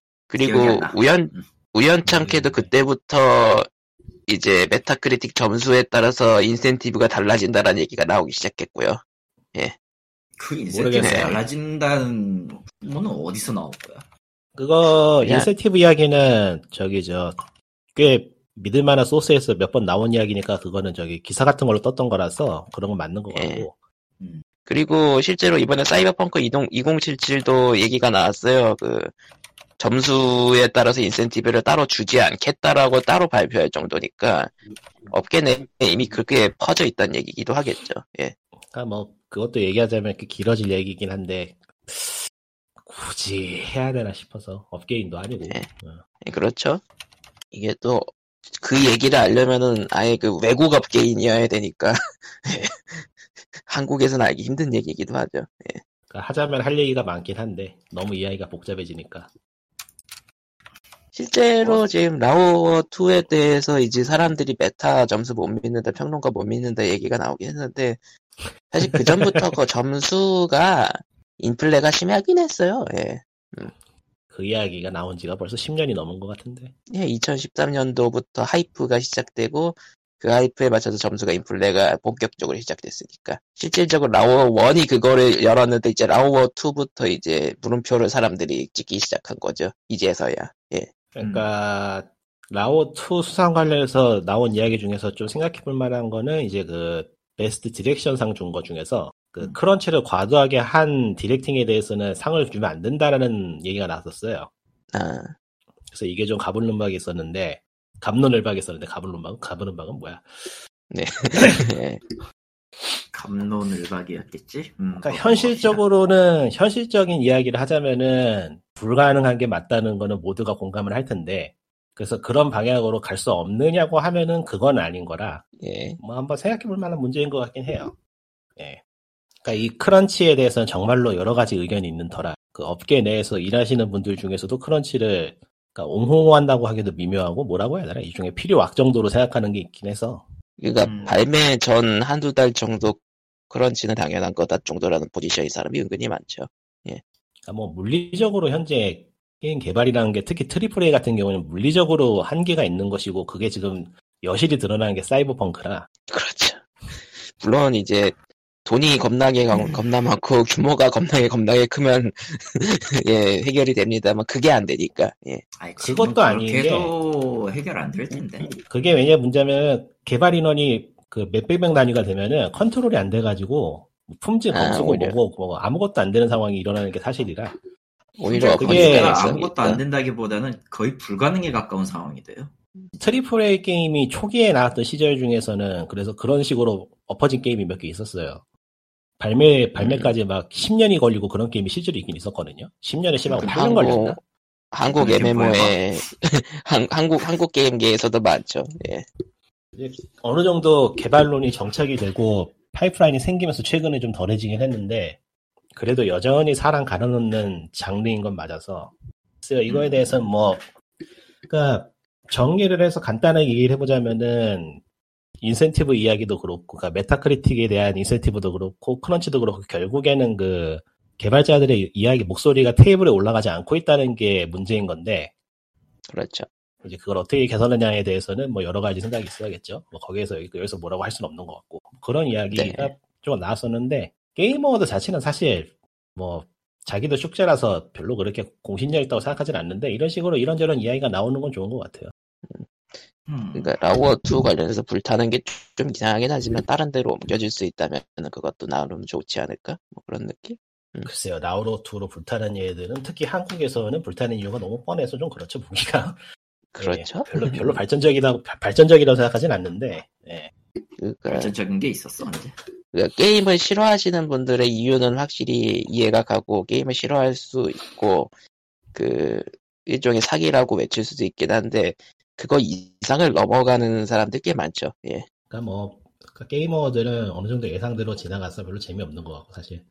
[SPEAKER 1] 그리고
[SPEAKER 3] 나.
[SPEAKER 1] 우연 우연찮게도
[SPEAKER 4] 음.
[SPEAKER 1] 그때부터 이제 메타크리틱 점수에 따라서 인센티브가 달라진다라는 얘기가 나오기 시작했고요.
[SPEAKER 3] 그
[SPEAKER 4] 모르겠어요.
[SPEAKER 3] 인센티브가 달라진다는 부분은 어디서 나올 거야?
[SPEAKER 4] 그거
[SPEAKER 1] 그냥-
[SPEAKER 4] 인센티브 이야기는 저기 저 꽤 믿을만한 소스에서 몇 번 나온 이야기니까 그거는 저기 기사 같은 걸로 떴던 거라서 그런 건 맞는 거
[SPEAKER 1] 예.
[SPEAKER 4] 같고.
[SPEAKER 1] 그리고 실제로 이번에 사이버펑크 20, 2077도 얘기가 나왔어요. 그 점수에 따라서 인센티브를 따로 주지 않겠다라고 따로 발표할 정도니까 업계 내에 이미 그렇게 퍼져 있다는 얘기기도 하겠죠. 예.
[SPEAKER 4] 그러니까 뭐 그것도 얘기하자면 이렇게 길어질 얘기긴 한데 굳이 해야 되나 싶어서 업계인도 아니고
[SPEAKER 1] 네.
[SPEAKER 4] 어.
[SPEAKER 1] 그렇죠. 이게 또 그 얘기를 알려면은 아예 그 외국 업계인이어야 되니까 예, 한국에서는 알기 힘든 얘기이기도 하죠. 예.
[SPEAKER 4] 그러니까 하자면 할 얘기가 많긴 한데 너무 이야기가 복잡해지니까
[SPEAKER 1] 실제로 지금 라오어 2에 대해서 이제 사람들이 메타 점수 못 믿는다, 평론가 못 믿는다 얘기가 나오긴 했는데 사실 그 전부터 그 점수가 인플레가 심하긴 했어요. 예.
[SPEAKER 4] 그 이야기가 나온 지가 벌써 10년이 넘은 것 같은데
[SPEAKER 1] 예, 2013년도부터 하이프가 시작되고 그 하이프에 맞춰서 점수가 인플레가 본격적으로 시작됐으니까 실질적으로 라오어 1이 그거를 열었는데 이제 라오어 2부터 이제 물음표를 사람들이 찍기 시작한 거죠 이제서야 예
[SPEAKER 4] 그러니까
[SPEAKER 3] 음.
[SPEAKER 4] 라오2 수상 관련해서 나온 이야기 중에서 좀 생각해 볼 만한 거는 이제 그 베스트 디렉션 상 준 거 중에서 그
[SPEAKER 3] 음.
[SPEAKER 4] 크런치를 과도하게 한 디렉팅에 대해서는 상을 주면 안 된다라는 얘기가 나왔었어요.
[SPEAKER 1] 아,
[SPEAKER 4] 그래서 이게 좀 가불눈박이 있었는데 갑론을박이 있었는데 가불눈박 가불눈박은 뭐야?
[SPEAKER 1] 예.
[SPEAKER 3] 감론을박이었겠지. 음,
[SPEAKER 4] 그러니까 현실적으로는 현실적인 이야기를 하자면은 불가능한 게 맞다는 거는 모두가 공감을 할 텐데 그래서 그런 방향으로 갈 수 없느냐고 하면은 그건 아닌 거라
[SPEAKER 1] 예.
[SPEAKER 4] 뭐 한번 생각해 볼 만한 문제인 것 같긴 해요. 예. 그러니까 이 크런치에 대해서는 정말로 여러 가지 의견이 있는 터라 그 업계 내에서 일하시는 분들 중에서도 크런치를 그러니까 옹호한다고 하기도 미묘하고 뭐라고 해야 되나 이 중에 필요 악 정도로 생각하는 게 있긴 해서
[SPEAKER 1] 그러니까
[SPEAKER 3] 음.
[SPEAKER 1] 발매 전 한두 달 정도 크런치는 당연한 거다 정도라는 포지션인 사람이 은근히 많죠
[SPEAKER 4] 그러니까 뭐 물리적으로 현재 게임 개발이라는 게 특히 트리플 A 같은 경우는 물리적으로 한계가 있는 것이고 그게 지금 여실히 드러나는 게 사이버펑크라
[SPEAKER 1] 그렇죠 물론 이제 돈이 겁나게
[SPEAKER 3] 음.
[SPEAKER 1] 가- 겁나 많고 규모가 겁나게 겁나게 크면 예 해결이 됩니다만 그게 안 되니까 예
[SPEAKER 3] 아니,
[SPEAKER 4] 그것도
[SPEAKER 3] 지금
[SPEAKER 4] 아닌 게-
[SPEAKER 3] 그렇게도 해결 안 될 텐데.
[SPEAKER 4] 그게 왜냐 문제면 개발 인원이 그 몇백 명 단위가 되면은 컨트롤이 안 돼가지고 뭐 품질
[SPEAKER 1] 아,
[SPEAKER 4] 검수고
[SPEAKER 1] 오히려.
[SPEAKER 4] 뭐고 뭐 아무것도 안 되는 상황이 일어나는 게 사실이라
[SPEAKER 1] 오히려
[SPEAKER 4] 그러니까 그게
[SPEAKER 1] 건설
[SPEAKER 3] 그게
[SPEAKER 1] 가능성이
[SPEAKER 3] 아무것도
[SPEAKER 1] 있다.
[SPEAKER 3] 안 된다기보다는 거의 불가능에 가까운 상황이 돼요.
[SPEAKER 4] 트리플 A 게임이 초기에 나왔던 시절 중에서는 그래서 그런 식으로 엎어진 게임이 몇 개 있었어요. 발매 발매까지 막 10년이 걸리고 그런 게임이 실제로 있긴 있었거든요. 10년에 심하고
[SPEAKER 1] 그
[SPEAKER 4] 8년 걸렸나?
[SPEAKER 1] 한국
[SPEAKER 3] 그게 뭐야?
[SPEAKER 1] MMO에 한, 한국 한국 게임계에서도 많죠. 예.
[SPEAKER 4] 어느 정도 개발론이 정착이 되고 파이프라인이 생기면서 최근에 좀 덜해지긴 했는데 그래도 여전히 사람 가려놓는 장르인 건 맞아서 글쎄요 이거에
[SPEAKER 3] 음.
[SPEAKER 4] 대해서는 뭐 그러니까 정리를 해서 간단하게 얘기를 해보자면은 인센티브 이야기도 그렇고 그러니까 메타크리틱에 대한 인센티브도 그렇고 크런치도 그렇고 결국에는 그 개발자들의 이야기 목소리가 테이블에 올라가지 않고 있다는 게 문제인 건데
[SPEAKER 1] 그렇죠.
[SPEAKER 4] 이제 그걸 어떻게 개선하냐에 대해서는 뭐 여러 가지 생각이 있어야겠죠. 뭐 거기에서 여기- 여기서 뭐라고 할 수는 없는 것 같고 그런 이야기가
[SPEAKER 1] 네.
[SPEAKER 4] 좀 나왔었는데 게이머워드 자체는 사실 뭐 자기도 축제라서 별로 그렇게 공신력 있다고 생각하진 않는데 이런 식으로 이런저런 이야기가 나오는 건 좋은 것 같아요.
[SPEAKER 3] 음.
[SPEAKER 1] 그러니까 라우어 2 관련해서 불타는 게 좀 이상하긴 하지만 다른 데로 옮겨질 수 있다면 그것도 나름 좋지 않을까? 뭐 그런 느낌?
[SPEAKER 4] 글쎄요 나우로투로 불타는 얘들은 특히 한국에서는 불타는 이유가 너무 뻔해서 좀 그렇죠 보기가
[SPEAKER 1] 그렇죠.
[SPEAKER 4] 예, 별로 별로 발전적이다 발- 발전적이라고 생각하진 않는데 예.
[SPEAKER 1] 그러니까,
[SPEAKER 3] 발전적인 게 있었어 언제.
[SPEAKER 1] 그러니까 게임을 싫어하시는 분들의 이유는 확실히 이해가 가고 게임을 싫어할 수 있고 그 일종의 사기라고 외칠 수도 있긴 한데 그거 이상을 넘어가는 사람들 꽤 많죠. 예.
[SPEAKER 4] 그러니까 뭐 그러니까 게이머들은 어느 정도 예상대로 지나가서 별로 재미없는 것 같고 사실.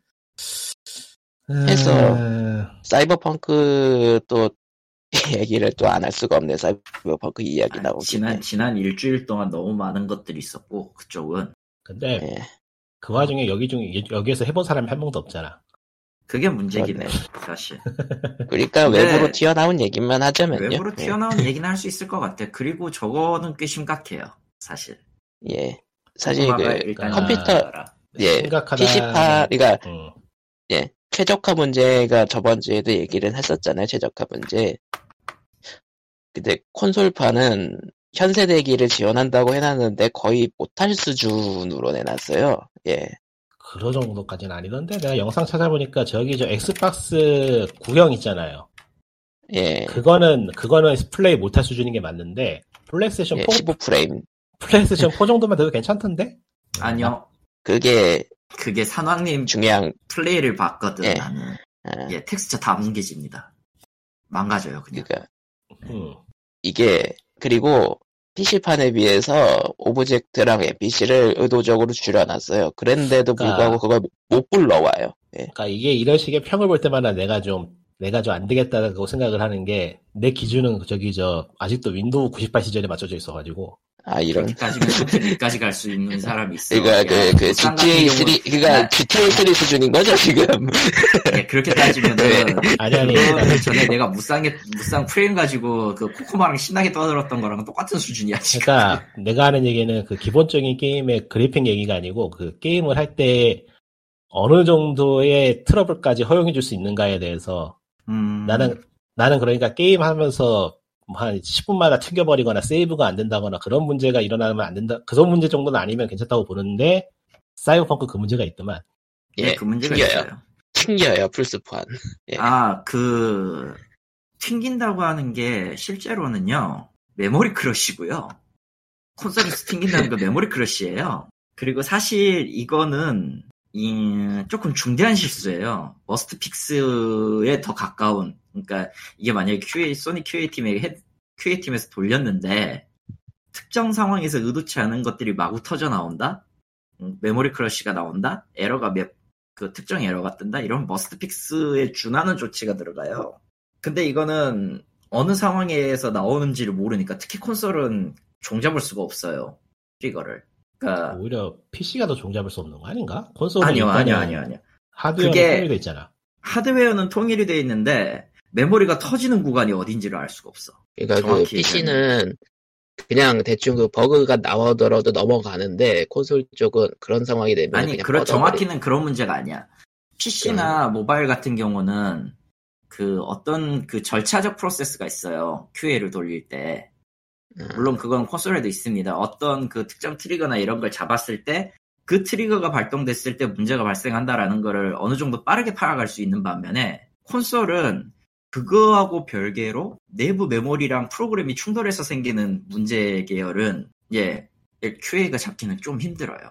[SPEAKER 1] 해서.
[SPEAKER 4] 음,
[SPEAKER 1] 사이버펑크 또 얘기를 또 안 할 수가 없네 사이버펑크 이야기
[SPEAKER 3] 아,
[SPEAKER 1] 나오기
[SPEAKER 3] 지난 지난 일주일 동안 너무 많은 것들이 있었고 그쪽은
[SPEAKER 4] 근데
[SPEAKER 1] 예.
[SPEAKER 4] 그 와중에 여기 중에 여기에서 해본 사람이 한 명도 없잖아.
[SPEAKER 3] 그게 문제긴 해 사실.
[SPEAKER 1] 그러니까
[SPEAKER 3] 네.
[SPEAKER 1] 외부로 튀어나온 얘기만 하자면요 네.
[SPEAKER 3] 외부로 튀어나온 얘기는 할 수 있을 것 같아. 그리고 저거는 꽤 심각해요 사실.
[SPEAKER 1] 예, 예. 사실
[SPEAKER 3] 소마가
[SPEAKER 1] 그
[SPEAKER 3] 일단
[SPEAKER 1] 컴퓨터-
[SPEAKER 3] 나와라.
[SPEAKER 1] 예,
[SPEAKER 4] 심각하다.
[SPEAKER 1] PC파 그러니까
[SPEAKER 4] 음,
[SPEAKER 1] 최적화 문제가 저번 주에도 얘기를 했었잖아요 최적화 문제 근데 콘솔파는 현세대기를 지원한다고 해놨는데 거의 못할 수준으로 내놨어요 예
[SPEAKER 4] 그러 정도까지는 아니던데 내가 영상 찾아보니까 저기 저 엑스박스 구형 있잖아요.
[SPEAKER 1] 예.
[SPEAKER 4] 그거는 그거는 플레이 못할 수준인 게 맞는데 플레이스테이션
[SPEAKER 1] 예,
[SPEAKER 4] 4
[SPEAKER 1] 15프레임.
[SPEAKER 4] 플레이스테이션 4 정도면 돼도 괜찮던데?
[SPEAKER 3] 아니요.
[SPEAKER 1] 그게
[SPEAKER 3] 그게 산왕님
[SPEAKER 1] 중요한,
[SPEAKER 3] 플레이를 봤거든
[SPEAKER 1] 예.
[SPEAKER 3] 나는.
[SPEAKER 1] 아,
[SPEAKER 3] 예, 텍스처 다 뭉개집니다. 망가져요 그냥.
[SPEAKER 1] 그러니까
[SPEAKER 4] 음.
[SPEAKER 1] 이게, 그리고 PC판에 비해서 오브젝트랑 NPC를 의도적으로 줄여놨어요. 그런데도
[SPEAKER 3] 그러니까
[SPEAKER 1] 불구하고 그걸 못 불러와요. 예.
[SPEAKER 4] 그러니까 이게 이런 식의 평을 볼 때마다 내가 좀 내가 좀 안 되겠다고 생각을 하는 게 내 기준은 저기 저 아직도 윈도우 98 시절에 맞춰져 있어가지고
[SPEAKER 1] 아, 이런.
[SPEAKER 3] 여기까지면 여기까지 갈 수 있는 사람이 있어.
[SPEAKER 1] 그러니까
[SPEAKER 3] 야,
[SPEAKER 1] 그, 그
[SPEAKER 3] 부산
[SPEAKER 1] GTA 3,
[SPEAKER 3] 같은 그렇죠. 경우는- 네.
[SPEAKER 1] 그러니까 GTA 3 수준인 거죠 지금?
[SPEAKER 3] 예, 그렇게 따지면은
[SPEAKER 1] 네.
[SPEAKER 4] 아니 아니
[SPEAKER 3] 그거는 전에 내가 무쌍에 무쌍 프레임 가지고 그 코코마랑 신나게 떠들었던 거랑 똑같은 수준이야 지금.
[SPEAKER 4] 그러니까 내가 하는 얘기는 그 기본적인 게임의 그래픽 얘기가 아니고 그 게임을 할 때 어느 정도의 트러블까지 허용해 줄 수 있는가에 대해서
[SPEAKER 3] 음,
[SPEAKER 4] 나는 나는 그러니까 게임 하면서 뭐한 10분마다 튕겨버리거나 세이브가 안 된다거나 그런 문제가 일어나면 안 된다 그런 문제 정도는 아니면 괜찮다고 보는데 사이버펑크 그 문제가 있더만
[SPEAKER 3] 예, 그 문제가
[SPEAKER 1] 튕겨요.
[SPEAKER 3] 있어요.
[SPEAKER 1] 튕겨요 플스판. 예.
[SPEAKER 3] 아, 그 튕긴다고 하는 게 실제로는요. 메모리 크러쉬고요. 콘솔에서 튕긴다는 건 메모리 크러쉬예요. 그리고 사실 이거는 이, 조금 중대한 실수예요. 머스트 픽스에 더 가까운. 그러니까 이게 만약에 QA, 소니 QA 팀에 헤- QA 팀에서 돌렸는데 특정 상황에서 의도치 않은 것들이 마구 터져 나온다. 음, 메모리 크러쉬가 나온다. 에러가 몇 그 특정 에러가 뜬다 이런 머스트 픽스에 준하는 조치가 들어가요. 근데 이거는 어느 상황에서 나오는지를 모르니까 특히 콘솔은 종잡을 수가 없어요. 트리거를. 그러니까
[SPEAKER 4] 오히려 PC가 더 종잡을 수 없는 거 아닌가? 콘솔은
[SPEAKER 3] 아니요
[SPEAKER 4] 일단은
[SPEAKER 3] 아니요 아니요 아니요.
[SPEAKER 4] 하드웨어는
[SPEAKER 3] 그게-
[SPEAKER 4] 통일돼 있잖아
[SPEAKER 3] 하드웨어는 통일이 돼 있는데 메모리가 터지는 구간이 어딘지를 알 수가 없어.
[SPEAKER 1] 그러니까 그
[SPEAKER 3] 정확히
[SPEAKER 1] PC는 그냥 대충 그 버그가 나오더라도 넘어가는데 콘솔 쪽은 그런 상황이 되면
[SPEAKER 3] 아니
[SPEAKER 1] 그냥
[SPEAKER 3] 그런
[SPEAKER 1] 뻗어버리-
[SPEAKER 3] 정확히는 그런 문제가 아니야. PC나 모바일 같은 경우는 그 어떤 그 절차적 프로세스가 있어요. QA를 돌릴 때.
[SPEAKER 1] 음,
[SPEAKER 3] 물론 그건 콘솔에도 있습니다. 어떤 그 특정 트리거나 이런 걸 잡았을 때 그 트리거가 발동됐을 때 문제가 발생한다라는 거를 어느 정도 빠르게 파악할 수 있는 반면에 콘솔은 그거하고 별개로 내부 메모리랑 프로그램이 충돌해서 생기는 문제 계열은 예 QA가 잡기는 좀 힘들어요.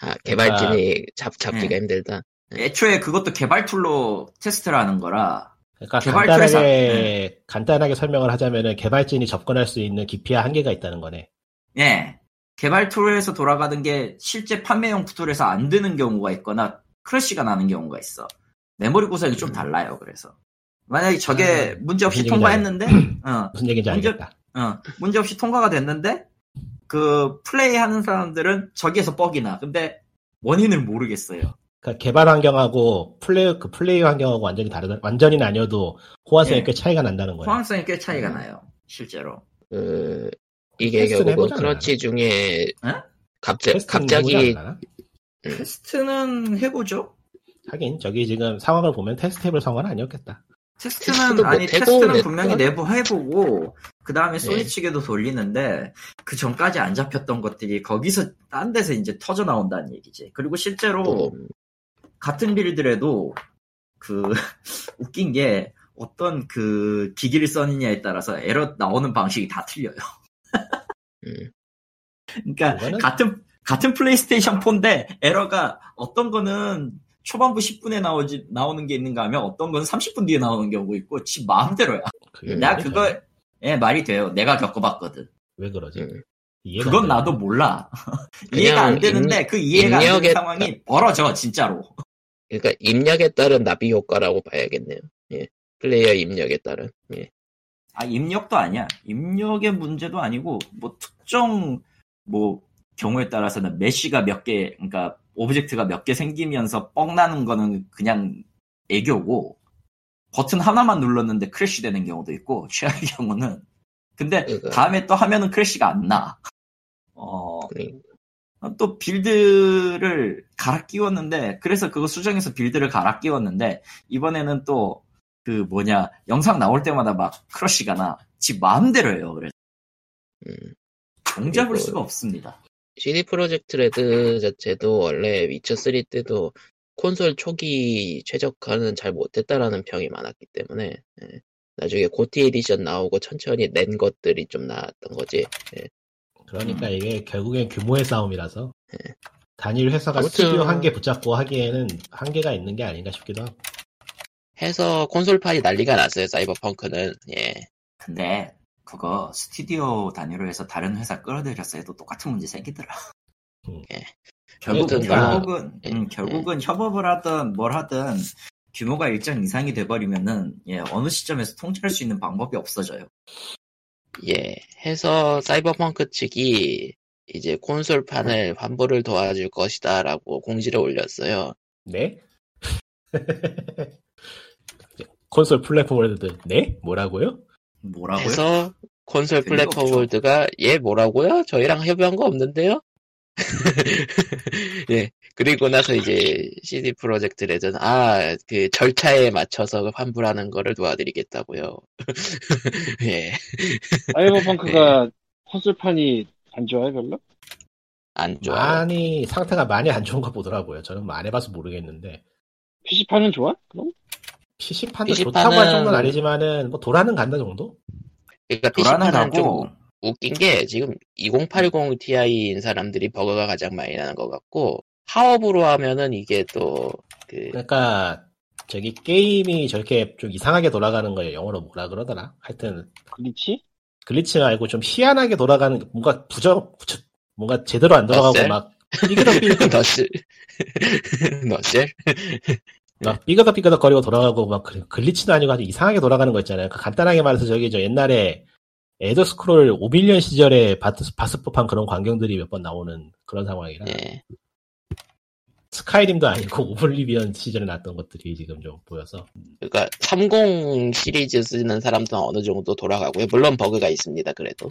[SPEAKER 1] 아, 개발진이 잡 잡기가
[SPEAKER 3] 네.
[SPEAKER 1] 힘들다.
[SPEAKER 3] 애초에 그것도 개발 툴로 테스트를 하는 거라
[SPEAKER 4] 그러니까
[SPEAKER 3] 개발
[SPEAKER 4] 간단하게
[SPEAKER 3] 회사. 네.
[SPEAKER 4] 간단하게 설명을 하자면은 개발진이 접근할 수 있는 깊이와 한계가 있다는 거네.
[SPEAKER 3] 예. 개발 툴에서 돌아가는 게 실제 판매용 툴에서 안 되는 경우가 있거나 크래쉬가 나는 경우가 있어. 메모리 구성이 좀 달라요. 그래서 만약에 저게 문제 없이
[SPEAKER 4] 무슨
[SPEAKER 3] 통과했는데, 어,
[SPEAKER 4] 무슨 얘기인지
[SPEAKER 3] 문제-
[SPEAKER 4] 알겠다.
[SPEAKER 3] 어, 문제 없이 통과가 됐는데 그 플레이하는 사람들은 저기에서 뻑이나. 근데 원인을 모르겠어요.
[SPEAKER 4] 그러니까 개발 환경하고 플레이 그 플레이 환경하고 완전히 다르다. 완전히는 아니어도 호환성이
[SPEAKER 3] 예.
[SPEAKER 4] 꽤 차이가 난다는 거야.
[SPEAKER 3] 호환성이 꽤 차이가 나요. 실제로.
[SPEAKER 1] 그 이게
[SPEAKER 4] 테스트는
[SPEAKER 1] 결국
[SPEAKER 4] 해보잖아.
[SPEAKER 1] 크러치 중에
[SPEAKER 3] 어?
[SPEAKER 1] 갑자,
[SPEAKER 4] 테스트는
[SPEAKER 1] 갑자기
[SPEAKER 4] 해보지 않나?
[SPEAKER 3] 테스트는 해보죠.
[SPEAKER 4] 하긴 저기 지금 상황을 보면 테스트 해볼 상황은 아니었겠다.
[SPEAKER 1] 테스트도 뭐
[SPEAKER 3] 테스트는 아니
[SPEAKER 1] 못해도
[SPEAKER 3] 테스트는
[SPEAKER 1] 내-
[SPEAKER 3] 분명히 내부 해보고 그 다음에 소니
[SPEAKER 1] 예.
[SPEAKER 3] 측에도 돌리는데 그 전까지 안 잡혔던 것들이 거기서 딴 데서 이제 터져 나온다는 얘기지. 그리고 실제로
[SPEAKER 4] 어.
[SPEAKER 1] 뭐,
[SPEAKER 3] 같은 빌드라도 그 웃긴 게 어떤 그 기기를 써느냐에 따라서 에러 나오는 방식이 다 틀려요.
[SPEAKER 1] 음,
[SPEAKER 3] 그러니까
[SPEAKER 4] 예. 그거는-
[SPEAKER 3] 같은 같은 플레이스테이션 4인데 에러가 어떤 거는 초반부 10분에 나오지 나오는 게 있는가 하면 어떤 거는 30분 뒤에 나오는 경우 있고 지 마음대로야.
[SPEAKER 4] 그게
[SPEAKER 3] 나
[SPEAKER 4] 말이
[SPEAKER 3] 그거
[SPEAKER 4] 되나?
[SPEAKER 3] 예 말이 돼요. 내가 겪어봤거든.
[SPEAKER 4] 왜 그러지?
[SPEAKER 1] 음.
[SPEAKER 4] 이해가
[SPEAKER 3] 네. 그건
[SPEAKER 4] 안 돼.
[SPEAKER 3] 나도 몰라.
[SPEAKER 1] 그냥
[SPEAKER 3] 이해가 안 되는데 그 이해가 안
[SPEAKER 1] 입력에
[SPEAKER 3] 되는 상황이 벌어져 진짜로.
[SPEAKER 1] 그러니까 입력에 따른 나비 효과라고 봐야겠네요. 예. 플레이어 입력에 따른. 예.
[SPEAKER 3] 아 입력도 아니야. 입력의 문제도 아니고 뭐 특정 뭐 경우에 따라서는 메시가 몇 개, 그러니까 오브젝트가 몇 개 생기면서 뻥 나는 거는 그냥 애교고 버튼 하나만 눌렀는데 크래시 되는 경우도 있고 최악의 경우는 근데
[SPEAKER 1] 그러니까.
[SPEAKER 3] 다음에 또 하면은 크래시가 안 나. 어
[SPEAKER 1] 그러니까
[SPEAKER 3] 또 빌드를 갈아 끼웠는데 그래서 그거 수정해서 빌드를 갈아 끼웠는데 이번에는 또 그 뭐냐 영상 나올 때마다 막 크러쉬가 나 지 마음대로예요 그래서
[SPEAKER 1] 음.
[SPEAKER 3] 종잡을
[SPEAKER 1] 그리고-
[SPEAKER 3] 수가 없습니다
[SPEAKER 1] CD 프로젝트 레드 자체도 원래 위쳐 3 때도 콘솔 초기 최적화는 잘 못했다라는 평이 많았기 때문에 예. 나중에 고티 에디션 나오고 천천히 낸 것들이 좀 나왔던 거지.
[SPEAKER 4] 그러니까 이게 결국엔 규모의 싸움이라서 단일 회사가
[SPEAKER 1] 예. 아무튼-
[SPEAKER 4] 스튜디오 한 개 붙잡고 하기에는 한계가 있는 게 아닌가 싶기도 하고
[SPEAKER 1] 해서 콘솔판이 난리가 났어요. 사이버펑크는 예.
[SPEAKER 3] 근데 그거 스튜디오 단위로 해서 다른 회사 끌어들였어 해도 똑같은 문제 생기더라.
[SPEAKER 4] 음.
[SPEAKER 1] 예.
[SPEAKER 3] 결국,
[SPEAKER 1] 아무튼
[SPEAKER 3] 결국은
[SPEAKER 1] 나-
[SPEAKER 3] 음,
[SPEAKER 1] 예,
[SPEAKER 3] 결국은 협업을 하든 뭘 하든 규모가 일정 이상이 돼버리면은 예, 어느 시점에서 통제할 수 있는 방법이 없어져요.
[SPEAKER 1] 예, 해서 사이버펑크 측이 이제
[SPEAKER 3] 네.
[SPEAKER 1] 콘솔판을 환불을 도와줄 것이다라고 공지를 올렸어요.
[SPEAKER 4] 네? 콘솔 플랫폼 월드 네? 뭐라고요?
[SPEAKER 3] 뭐라고요?
[SPEAKER 1] 해서 콘솔
[SPEAKER 3] 될 리가
[SPEAKER 1] 플랫폼
[SPEAKER 3] 없죠.
[SPEAKER 1] 월드가 예 뭐라고요? 저희랑 협의한 거 없는데요? 예, 그리고 나서 이제 CD 프로젝트 레드는 아, 그 절차에 맞춰서 환불하는 거를 도와드리겠다고요. 예,
[SPEAKER 2] 사이버펑크가 콘솔판이 안 좋아요, 별로?
[SPEAKER 1] 안 좋아.
[SPEAKER 4] 많이 상태가 많이 안 좋은가 보더라고요 저는 뭐안 해봐서 모르겠는데
[SPEAKER 2] PC판은 좋아? 그럼?
[SPEAKER 4] PC판도
[SPEAKER 1] PC판은
[SPEAKER 4] 좋다고 할 정도는 아니지만은 뭐 도라는 간다 정도?
[SPEAKER 1] 그러니까
[SPEAKER 3] 돌아는
[SPEAKER 1] PC판은 좀
[SPEAKER 3] 가고
[SPEAKER 1] 웃긴 게 지금 2080 Ti인 사람들이 버그가 가장 많이 나는 것 같고 파업으로 하면은 이게 또그
[SPEAKER 4] 그러니까 저기 게임이 저렇게 좀 이상하게 돌아가는 거예요 영어로 뭐라 그러더라 하여튼
[SPEAKER 2] 글리치?
[SPEAKER 4] 글리치 말고 좀 희한하게 돌아가는 뭔가 부정 부처- 뭔가 제대로 안 돌아가고
[SPEAKER 1] 덧셀?
[SPEAKER 4] 막 삐그덕삐그덕
[SPEAKER 1] 너셀 너셀
[SPEAKER 4] 막 삐그덕삐그덕 거리고 돌아가고 막 글- 글리치도 아니고 아주 이상하게 돌아가는 거 있잖아요. 그 간단하게 말해서 저기 저 옛날에 에더 스크롤 5빌리언 시절에 바스, 바스법한 그런 광경들이 몇 번 나오는 그런 상황이라
[SPEAKER 1] 예
[SPEAKER 4] 스카이림도 아니고 오블리비언 시절에 났던 것들이 지금 좀 보여서
[SPEAKER 1] 그러니까 30 시리즈 쓰는 사람도 어느 정도 돌아가고요 물론 버그가 있습니다 그래도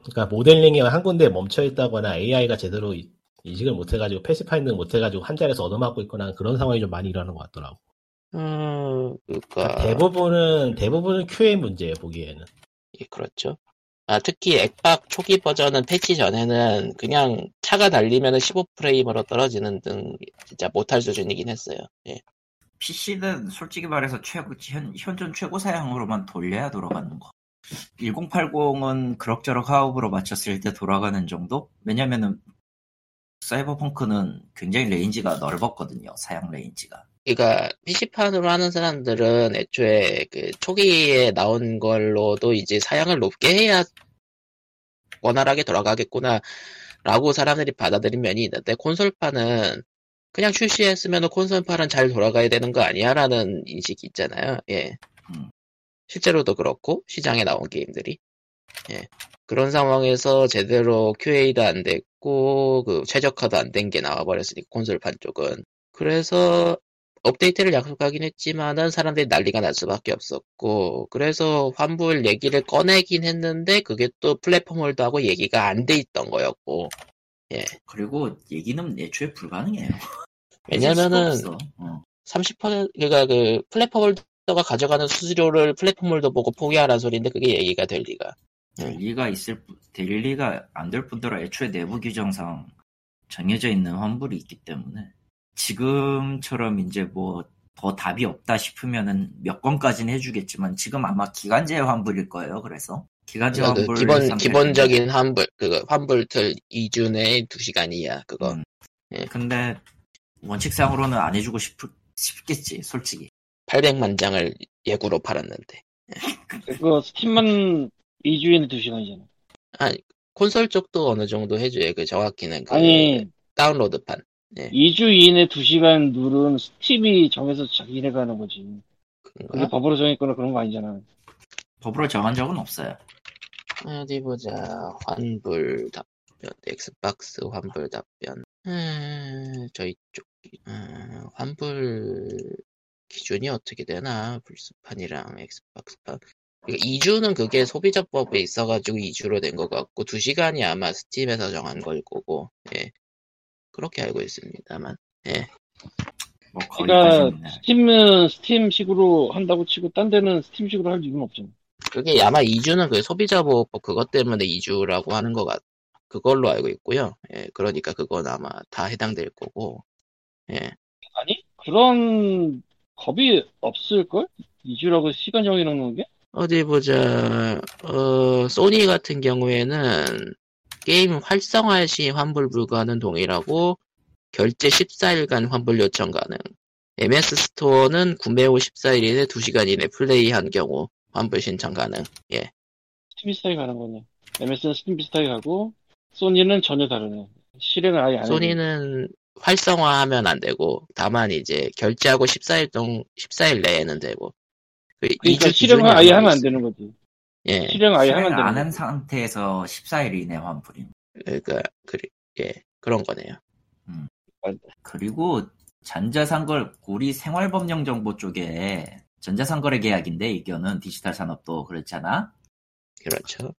[SPEAKER 4] 그러니까 모델링이 한 군데 멈춰 있다거나 AI가 제대로 이- 인식을 못 해가지고 패시파인딩 못 해가지고 한 자리에서 얻어맞고 있거나 그런 상황이 좀 많이 일어나는 것 같더라고.
[SPEAKER 1] 음 그러니까
[SPEAKER 4] 그러니까 대부분은 대부분은 QA 문제예요 보기에는.
[SPEAKER 1] 예, 그렇죠 아, 특히 액박 초기 버전은 패치 전에는 그냥 차가 달리면 15프레임으로 떨어지는 등 진짜 못할 수준이긴 했어요. 예.
[SPEAKER 3] PC는 솔직히 말해서 최고 현, 현존 최고 사양으로만 돌려야 돌아가는 거. 1080은 그럭저럭 하옵으로 맞췄을 때 돌아가는 정도? 왜냐면은 사이버펑크는 굉장히 레인지가 넓었거든요. 사양 레인지가.
[SPEAKER 1] 그러니까 PC판으로 하는 사람들은 애초에 그 초기에 나온 걸로도 이제 사양을 높게 해야 원활하게 돌아가겠구나라고 사람들이 받아들인 면이 있는데 콘솔판은 그냥 출시했으면 콘솔판은 잘 돌아가야 되는 거 아니야라는 인식이 있잖아요. 예.
[SPEAKER 3] 음.
[SPEAKER 1] 실제로도 그렇고 시장에 나온 게임들이 예. 그런 상황에서 제대로 QA도 안 됐고 그 최적화도 안 된 게 나와버렸으니까 콘솔판 쪽은 그래서 업데이트를 약속하긴 했지만은 사람들이 난리가 날 수밖에 없었고 그래서 환불 얘기를 꺼내긴 했는데 그게 또 플랫폼 홀드하고 얘기가 안 돼 있던 거였고
[SPEAKER 3] 그리고 얘기는 애초에 불가능해요.
[SPEAKER 1] 왜냐면은
[SPEAKER 3] 있을 수가 없어. 어.
[SPEAKER 1] 30% 그러니까 그 플랫폼 홀더가 가져가는 수수료를 플랫폼 홀더 보고 포기하라는 소리인데 그게 얘기가 될 리가
[SPEAKER 3] 될 리가 있을 뿐- 될 리가 안 될 뿐더러 애초에 내부 규정상 정해져 있는 환불이 있기 때문에 지금처럼 이제 뭐 더 답이 없다 싶으면은 몇 건까지는 해주겠지만 지금 아마 기간제 환불일 거예요. 그래서 기간제
[SPEAKER 1] 그러니까 그
[SPEAKER 3] 환불
[SPEAKER 1] 기본
[SPEAKER 3] 상태일
[SPEAKER 1] 기본적인 환불 그 환불 틀 2주 내에 2시간 이하
[SPEAKER 3] 텐데.
[SPEAKER 1] 그거
[SPEAKER 3] 음.
[SPEAKER 1] 예.
[SPEAKER 3] 근데 원칙상으로는 안 해주고 싶, 싶겠지 솔직히
[SPEAKER 1] 800만 장을 예구로 팔았는데
[SPEAKER 2] 그거 스팀만 2주에는 2시간이잖아.
[SPEAKER 1] 콘솔 쪽도 어느 정도 해줘요 그 정확히는 그
[SPEAKER 2] 아니,
[SPEAKER 1] 다운로드판 예,
[SPEAKER 2] 2주 이내 2시간 룰은 스팀이 정해서 자기네가 하는 거지. 그게
[SPEAKER 1] 그런가?
[SPEAKER 2] 법으로 정했거나 그런 거 아니잖아.
[SPEAKER 3] 법으로 정한 적은 없어요.
[SPEAKER 1] 어디 보자. 환불 답변. 엑스박스 환불 답변. 음, 저희 쪽 음, 환불 기준이 어떻게 되나? 플스판이랑 엑스박스판. 그러니까 2주는 그게 소비자법에 있어가지고 2주로 된 것 같고 2시간이 아마 스팀에서 정한 걸 거고 예 그렇게 알고 있습니다만
[SPEAKER 3] 뭐 거기까지는
[SPEAKER 2] 그러니까 스팀은 스팀식으로 한다고 치고 딴 데는 스팀식으로 할 이유는 없잖아.
[SPEAKER 1] 그게 아마 2주는 그 소비자보호법 그것 때문에 2주라고 하는 것 같, 그걸로 알고 있고요. 예, 그러니까 그건 아마 다 해당될 거고. 예,
[SPEAKER 2] 아니 그런 겁이 없을걸? 2주라고 시간 정해놓은 건가?
[SPEAKER 1] 어디 보자. 어, 소니 같은 경우에는 게임 활성화 시 환불 불가는 동일하고 결제 14일간 환불 요청 가능. MS 스토어는 구매 후 14일 이내 2시간 이내 플레이한 경우 환불 신청 가능.
[SPEAKER 2] 스팀 비슷하게 가는 거네. MS는 스팀 비슷하게 가고, 소니는 전혀 다르네. 실행을 아예 안 해.
[SPEAKER 1] 소니는 활성화하면 안 되고 다만 이제 결제하고 14일 동 14일 내에는 되고 그
[SPEAKER 2] 그러니까
[SPEAKER 1] 2주
[SPEAKER 2] 실행을
[SPEAKER 1] 기준이
[SPEAKER 2] 아예
[SPEAKER 1] 아마
[SPEAKER 2] 하면 안
[SPEAKER 1] 있어요.
[SPEAKER 2] 되는 거지.
[SPEAKER 1] 예.
[SPEAKER 2] 실행을 아예 하면 안 되는
[SPEAKER 3] 안한
[SPEAKER 2] 거지.
[SPEAKER 3] 상태에서 14일 이내 환불임.
[SPEAKER 1] 그러니까 그리 예 그런 거네요.
[SPEAKER 3] 그리고 전자상거래 우리 생활법령정보 쪽에 전자상거래 계약인데 이거는 디지털 산업도 그렇잖아.
[SPEAKER 1] 그렇죠.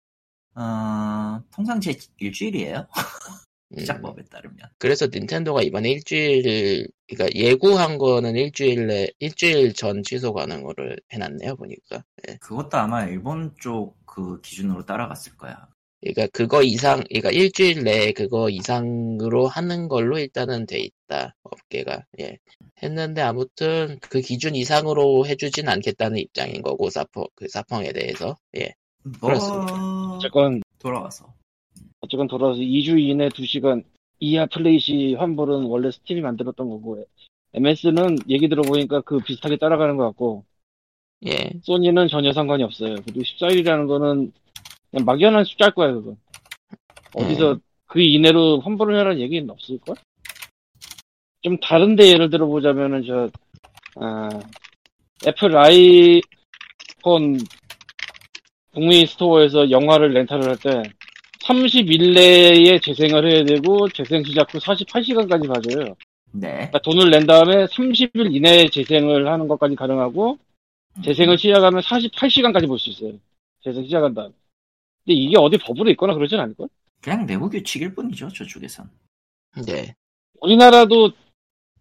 [SPEAKER 3] 어, 통상 제 일주일이에요.
[SPEAKER 1] 음,
[SPEAKER 2] 뭐.
[SPEAKER 3] 시작법에 따르면.
[SPEAKER 1] 그래서 닌텐도가 이번에 일주일 그러니까 예고한 거는 일주일 내 일주일 전 취소 가는 거를 해놨네요 보니까. 예.
[SPEAKER 3] 그것도 아마 일본 쪽 그 기준으로 따라갔을 거야.
[SPEAKER 1] 그러니까 그거 이상 그러니까 일주일 내에 그거 이상으로 하는 걸로 일단은 돼 있다 업계가 예. 했는데 아무튼 그 기준 이상으로 해주진 않겠다는 입장인 거고 사펑 그 사펑에 대해서 예.
[SPEAKER 3] 뭐
[SPEAKER 2] 어쨌건,
[SPEAKER 3] 돌아와서
[SPEAKER 2] 어쨌건 돌아와서 2주 이내 2시간 이하 플레이 시 환불은 원래 스팀이 만들었던 거고, MS는 얘기 들어보니까 그 비슷하게 따라가는 것 같고,
[SPEAKER 1] 예.
[SPEAKER 2] 소니는 전혀 상관이 없어요. 그리고 14일이라는 거는 그냥 막연한 숫자일 거야, 그건. 어디서 그 이내로 환불을 하라는 얘기는 없을걸? 좀 다른데 예를 들어보자면은, 저, 아, 애플 아이폰 북미 스토어에서 영화를 렌탈을 할 때, 30일 내에 재생을 해야 되고, 재생 시작 후 48시간까지 가져요.
[SPEAKER 3] 네
[SPEAKER 2] 그러니까 돈을 낸 다음에 30일 이내에 재생을 하는 것까지 가능하고 아, 재생을 시작하면 48시간까지 볼 수 있어요. 재생 시작한 다음. 근데 이게 어디 법으로 있거나 그러진 않을걸?
[SPEAKER 3] 그냥 내부 규칙일 뿐이죠 저쪽에선
[SPEAKER 1] 네.
[SPEAKER 2] 우리나라도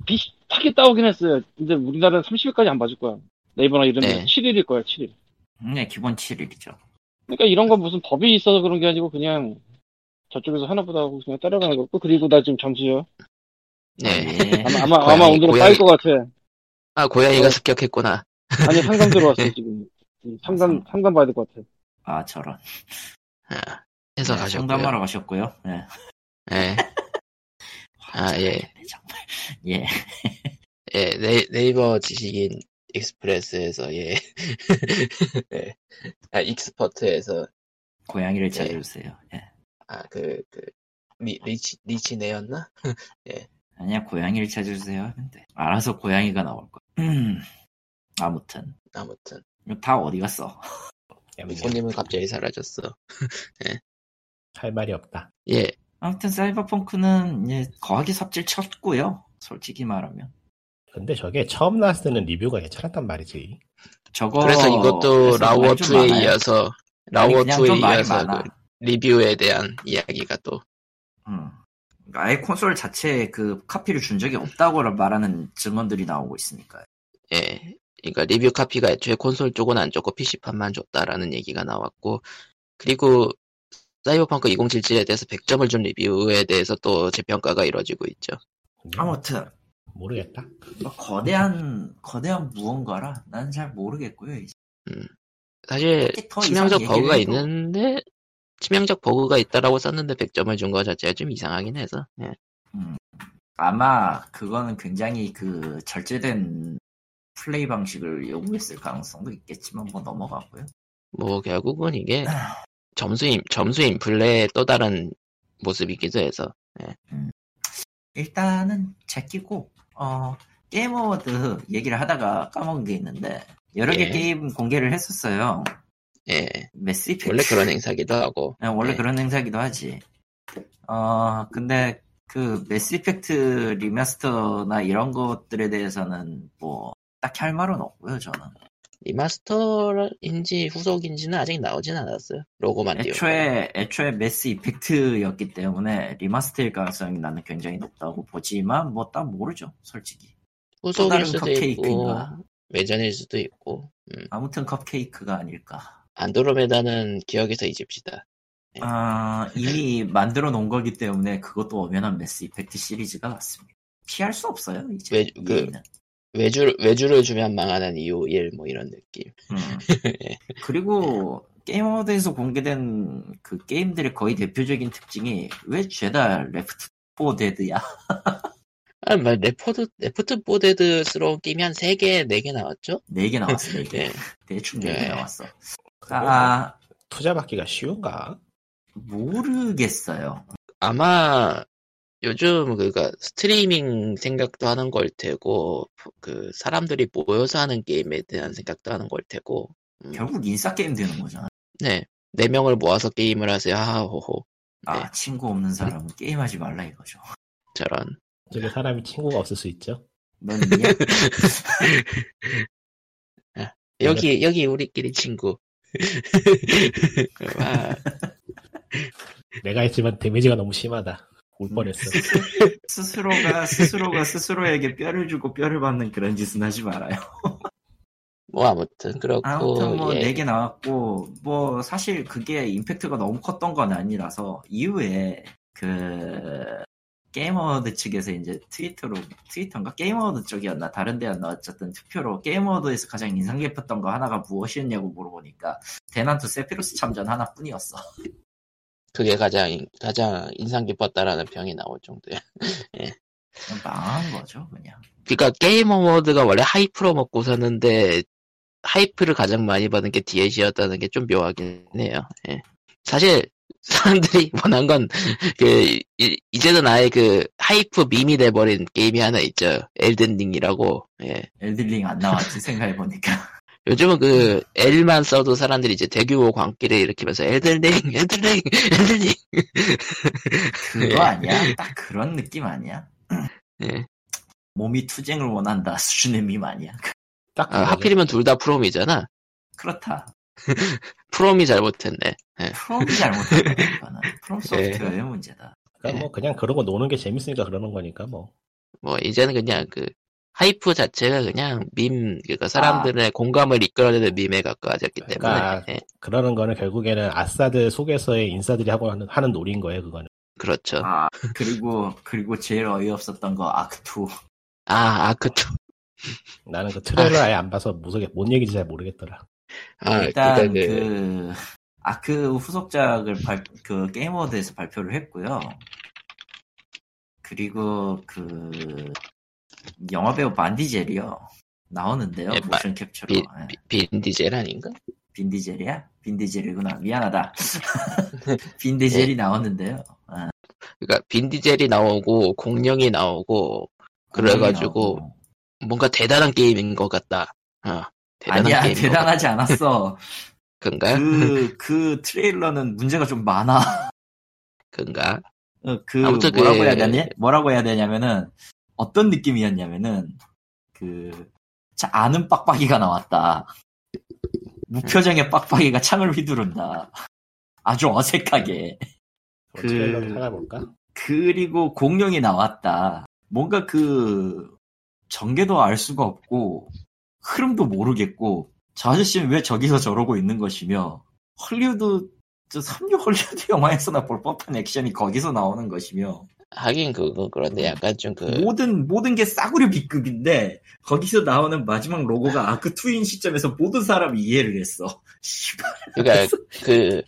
[SPEAKER 2] 비슷하게 따오긴 했어요. 근데 우리나라는 30일까지 안 봐줄 거야. 네이버나 이런 데
[SPEAKER 1] 네.
[SPEAKER 2] 7일일 거야, 7일.
[SPEAKER 3] 네 기본 7일이죠
[SPEAKER 2] 그러니까 이런 건 무슨 법이 있어서 그런 게 아니고 그냥 저쪽에서 하나보다 하고 그냥 따라가는 거고 그리고 나 지금 잠시요.
[SPEAKER 1] 네.
[SPEAKER 3] 예.
[SPEAKER 2] 아마 아마, 아마
[SPEAKER 1] 고양이,
[SPEAKER 2] 오늘은
[SPEAKER 1] 고양이.
[SPEAKER 2] 빠질 것 같아.
[SPEAKER 1] 아 고양이가
[SPEAKER 2] 어.
[SPEAKER 1] 습격했구나.
[SPEAKER 2] 아니 상담 들어왔어
[SPEAKER 1] 네.
[SPEAKER 2] 지금. 상담 상담 봐야 될 것 같아.
[SPEAKER 3] 아 저런
[SPEAKER 1] 아, 해서
[SPEAKER 3] 네,
[SPEAKER 1] 가셨고요.
[SPEAKER 3] 상담하러 가셨고요 네.
[SPEAKER 1] 예. 아, 예.
[SPEAKER 3] 정말 예
[SPEAKER 1] 예. 네, 네이버 지식인 익스프레스에서 예. 네. 아 익스퍼트에서
[SPEAKER 3] 고양이를
[SPEAKER 1] 네.
[SPEAKER 3] 찾아주세요 예.
[SPEAKER 1] 아그그 리치 리치네였나?
[SPEAKER 3] 아니야 고양이를 찾아주세요 하는데 알아서 고양이가 나올 거야 음, 아무튼
[SPEAKER 1] 아무튼.
[SPEAKER 3] 이거 다 어디 갔어
[SPEAKER 1] 손님은 갑자기 사라졌어.
[SPEAKER 4] 할 말이 없다.
[SPEAKER 1] 예,
[SPEAKER 3] 아무튼 사이버펑크는 예, 거하게 삽질 쳤고요 솔직히 말하면
[SPEAKER 4] 근데 저게 처음 나왔을 때는 리뷰가 괜찮았단 말이지.
[SPEAKER 3] 저거
[SPEAKER 1] 그래서 이것도
[SPEAKER 3] 그래서 말이 좀 많아요.
[SPEAKER 1] 라워2에 이어서,
[SPEAKER 3] 아니, 그냥
[SPEAKER 1] 라워2에
[SPEAKER 3] 좀 말이
[SPEAKER 1] 이어서
[SPEAKER 3] 많아.
[SPEAKER 1] 그 리뷰에 대한 이야기가 또,
[SPEAKER 3] 음. 아예 콘솔 자체에 그 카피를 준 적이 없다고 말하는 증언들이 나오고 있으니까.
[SPEAKER 1] 예. 그러니까 리뷰 카피가 애초에 콘솔 쪽은 안 줬고 PC판만 줬다라는 얘기가 나왔고, 그리고 사이버펑크 2077에 대해서 100점을 준 리뷰에 대해서 또 재평가가 이루어지고 있죠.
[SPEAKER 3] 아무튼
[SPEAKER 4] 모르겠다.
[SPEAKER 3] 뭐 거대한 거대한 무언가라 난 잘 모르겠고요. 이제.
[SPEAKER 1] 사실
[SPEAKER 3] 딱히 더
[SPEAKER 1] 네, 치명적
[SPEAKER 3] 이상 얘기를
[SPEAKER 1] 버그가
[SPEAKER 3] 해도-
[SPEAKER 1] 있는데, 치명적 버그가 있다라고 썼는데 100점을 준 거 자체가 좀 이상하긴 해서, 예.
[SPEAKER 3] 아마 그거는 굉장히 그 절제된 플레이 방식을 요구했을 가능성도 있겠지만 뭐 넘어가고요.
[SPEAKER 1] 뭐 결국은 이게
[SPEAKER 3] 아.
[SPEAKER 1] 점수 인, 점수 인플레의 또 다른 모습이기도 해서
[SPEAKER 3] 일단은 제끼고 어 게임 어워드 얘기를 하다가 까먹은 게 있는데 여러 개
[SPEAKER 1] 예.
[SPEAKER 3] 게임 공개를 했었어요.
[SPEAKER 1] 예
[SPEAKER 3] 메스 이펙트
[SPEAKER 1] 원래 그런 행사기도 하고
[SPEAKER 3] 네, 원래
[SPEAKER 1] 예,
[SPEAKER 3] 그런 행사기도 하지. 어, 근데 그 매스 이펙트 리마스터나 이런 것들에 대해서는 뭐 딱히 할 말은 없고요, 저는.
[SPEAKER 1] 리마스터인지 후속인지는 아직 나오진 않았어요 로고만 띄우고
[SPEAKER 3] 애초에 애초에 매스 이펙트였기 때문에 리마스터일 가능성이 나는 굉장히 높다고 보지만 뭐 딱 모르죠, 솔직히. 또
[SPEAKER 1] 후속일
[SPEAKER 3] 다른
[SPEAKER 1] 수도 있고
[SPEAKER 3] 컵케이크인가.
[SPEAKER 1] 외전일 수도 있고 음.
[SPEAKER 3] 아무튼 컵케이크가 아닐까.
[SPEAKER 1] 안드로메다는 기억에서 잊읍시다 예.
[SPEAKER 3] 아, 이미 만들어 놓은 거기 때문에 그것도 엄연한 매스 이펙트 시리즈가 맞습니다. 피할 수 없어요, 이제.
[SPEAKER 1] 왜- 그-
[SPEAKER 3] EA 는.
[SPEAKER 1] 외주 외주를 주면 망하는 이유 1 뭐 이런 느낌.
[SPEAKER 3] 음. 그리고 게임 어워드에서 공개된 그 게임들의 거의 대표적인 특징이 왜 죄다 레프트 포 데드야?
[SPEAKER 1] 아, 뭐 레포드 레프트 보데드스러운 게임이 한 3개 4개 나왔죠?
[SPEAKER 3] 네 개 나왔어, 네 개.
[SPEAKER 1] 예.
[SPEAKER 3] 대충 네 개
[SPEAKER 1] 네.
[SPEAKER 3] 나왔어. 아,
[SPEAKER 4] 투자 받기가 쉬운가?
[SPEAKER 3] 뭐- 모르겠어요.
[SPEAKER 1] 아마 요즘 그니까 스트리밍 생각도 하는 걸 테고 그 사람들이 모여서 하는 게임에 대한 생각도 하는 걸 테고 음,
[SPEAKER 3] 결국 인싸 게임 되는 거잖아.
[SPEAKER 1] 네. 네 명을 모아서 게임을 하세요. 하호호.
[SPEAKER 3] 아,
[SPEAKER 1] 네.
[SPEAKER 3] 친구 없는 사람은 게임하지 말라 이거죠.
[SPEAKER 1] 저런.
[SPEAKER 4] 저게 사람이 친구가 없을 수 있죠.
[SPEAKER 3] 넌 있냐? 네.
[SPEAKER 1] 여기 여기 우리끼리 친구. 아, 와,
[SPEAKER 4] 내가 했지만 데미지가 너무 심하다. 울
[SPEAKER 3] 음.
[SPEAKER 4] 뻔했어.
[SPEAKER 1] 아,
[SPEAKER 3] 스스로가 스스로가 스스로에게 뼈를 주고 뼈를 받는 그런 짓은 하지 말아요.
[SPEAKER 1] 뭐 아무튼 그렇고
[SPEAKER 3] 아무튼 뭐
[SPEAKER 1] 예.
[SPEAKER 3] 네 개 나왔고 뭐 사실 그게 임팩트가 너무 컸던 건 아니라서 이후에 그 게이머워드 측에서 이제 트위터로 트위터인가 게이머워드 쪽이었나 다른 데였나 어쨌든 투표로 게이머워드에서 가장 인상 깊었던 거 하나가 무엇이었냐고 물어보니까 대난투 세피로스 참전 하나뿐이었어.
[SPEAKER 1] 그게 가장 가장 인상 깊었다라는 평이 나올 정도예요.
[SPEAKER 3] 망한 거죠 그냥.
[SPEAKER 1] 그러니까 게임 어워드가 원래 하이프로 먹고 사는데 하이프를 가장 많이 받은 게 DLC였다는 게 좀 묘하긴 해요. 예. 사실 사람들이 원한 건그 이제는 아예 그 하이프 밈이 돼버린 게임이 하나 있죠. 엘든링이라고. 예.
[SPEAKER 3] 엘들링 안 나왔지 생각해보니까.
[SPEAKER 1] 요즘은 그 L만 써도 사람들이 이제 대규모 광기를 일으키면서 엘든링, 엘든링, 엘든링.
[SPEAKER 3] 그거 아니야? 딱 그런 느낌 아니야?
[SPEAKER 1] 예.
[SPEAKER 3] 몸이 투쟁을 원한다 수준의 밈 아니야?
[SPEAKER 4] 딱
[SPEAKER 1] 아,
[SPEAKER 4] 그거죠.
[SPEAKER 1] 하필이면 둘 다 프롬이잖아.
[SPEAKER 3] 그렇다.
[SPEAKER 1] 프롬이 잘못했네.
[SPEAKER 3] 프롬이 잘못했다 이거는 프롬
[SPEAKER 1] 예.
[SPEAKER 3] 소프트웨어의 문제다
[SPEAKER 1] 네.
[SPEAKER 4] 그러니까 뭐 그냥 그러고 노는 게 재밌으니까 그러는 거니까 뭐.
[SPEAKER 1] 뭐 이제는 그냥 그 하이프 자체가 그냥 밈 그러니까 사람들의 공감을 이끌어내는 밈에 가까워졌기 때문에
[SPEAKER 4] 그러니까-
[SPEAKER 1] 예,
[SPEAKER 4] 그러는 거는 결국에는 아싸들 속에서의 인싸들이 하고 하는, 하는 놀인 거예요, 그거는.
[SPEAKER 1] 그렇죠
[SPEAKER 3] 아 그리고 그리고 제일 어이없었던 거 아크투
[SPEAKER 1] 아 아크투
[SPEAKER 4] 나는 그 트레일러 아예 안 봐서 무속에 뭔 얘기인지 잘 모르겠더라.
[SPEAKER 1] 아
[SPEAKER 3] 일단
[SPEAKER 1] 그러니까
[SPEAKER 3] 그,
[SPEAKER 1] 그,
[SPEAKER 3] 아크 후속작을 발, 그 게임워드에서 발표를 했고요 그리고 그 영화배우 반디젤이요 나오는데요
[SPEAKER 1] 예, 바-
[SPEAKER 3] 모션 캡처로
[SPEAKER 1] 비-
[SPEAKER 3] 예.
[SPEAKER 1] 빈디젤 아닌가
[SPEAKER 3] 빈디젤이야? 빈디젤이구나 미안하다 빈디젤이 나왔는데요 예,
[SPEAKER 1] 그러니까 빈디젤이 나오고 공룡이 나오고 그래가지고
[SPEAKER 3] 나오고.
[SPEAKER 1] 뭔가 대단한 게임인 것 같다 어, 대단한
[SPEAKER 3] 아니야
[SPEAKER 1] 게임인 것 같다
[SPEAKER 3] 대단하지 않았어
[SPEAKER 1] 그런가
[SPEAKER 3] 그, 그 트레일러는 문제가 좀 많아.
[SPEAKER 1] 그런가
[SPEAKER 3] 어, 그,
[SPEAKER 1] 아무튼 그-
[SPEAKER 3] 뭐라고 해야 되냐? 뭐라고 해야 되냐면은, 어떤 느낌이었냐면은, 그, 자, 아는 빡빡이가 나왔다. 무표정의 빡빡이가 창을 휘두른다. 아주 어색하게.
[SPEAKER 4] 그...
[SPEAKER 3] 그-
[SPEAKER 4] 트레일러를 찾아볼까?
[SPEAKER 3] 그리고 공룡이 나왔다. 뭔가 그, 전개도 알 수가 없고, 흐름도 모르겠고, 저 아저씨는 왜 저기서 저러고 있는 것이며, 헐리우드, 저 삼류 헐리우드 영화에서나 볼 법한 액션이 거기서 나오는 것이며,
[SPEAKER 1] 하긴 그거 그런데 약간 좀그
[SPEAKER 3] 모든, 모든 게 싸구려 B급인데, 거기서 나오는 마지막 로고가 아크2인 시점에서 모든 사람이 이해를 했어. 씨발.
[SPEAKER 1] 그러니까 그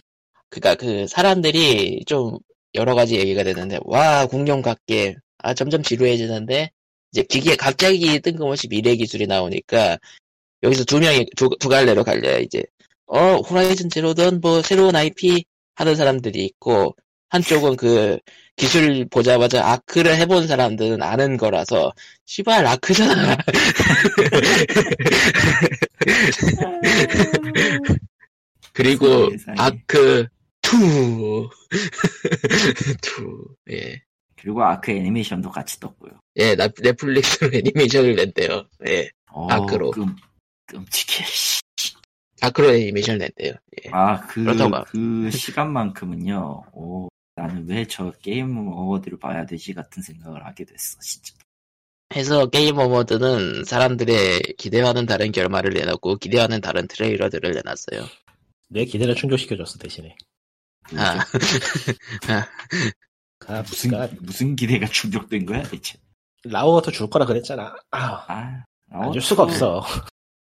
[SPEAKER 1] 그러니까 그 사람들이 좀 여러 가지 얘기가 되는데 와 공룡 갓게 아 점점 지루해지는데 이제 기계 갑자기 뜬금없이 미래 기술이 나오니까 여기서 두 명이 두, 두 갈래로 갈려요 이제 어 호라이즌 제로던 뭐 새로운 IP 하는 사람들이 있고 한쪽은 그 기술 보자마자 아크를 해본 사람들은 아는 거라서 씨발 아크잖아 그리고
[SPEAKER 3] 세상에.
[SPEAKER 1] 아크 투 투 예.
[SPEAKER 3] 그리고 아크 애니메이션도 같이 떴고요.
[SPEAKER 1] 예, 나- 넷플릭스로 애니메이션을 냈대요. 예.
[SPEAKER 3] 어,
[SPEAKER 1] 아크로.
[SPEAKER 3] 끔, 끔찍해, 씨.
[SPEAKER 1] 아크로 애니메이션 냈대요. 예.
[SPEAKER 3] 아, 그,
[SPEAKER 1] 그렇다고 봐.
[SPEAKER 3] 그 시간만큼은요, 오, 나는 왜 저 게임 어워드를 봐야 되지 같은 생각을 하게 됐어, 진짜.
[SPEAKER 1] 해서 게임 어워드는 사람들의 기대와는 다른 결말을 내놨고 기대와는 다른 트레일러들을 내놨어요.
[SPEAKER 4] 내 기대를 충족시켜줬어, 대신에.
[SPEAKER 3] 그
[SPEAKER 1] 아.
[SPEAKER 4] 아,
[SPEAKER 3] 무슨,
[SPEAKER 4] 그러니까
[SPEAKER 3] 무슨 기대가 충족된 거야, 대체.
[SPEAKER 4] 라오가 더줄 거라 그랬잖아. 아,
[SPEAKER 3] 아,
[SPEAKER 4] 안 줄 수가 없어.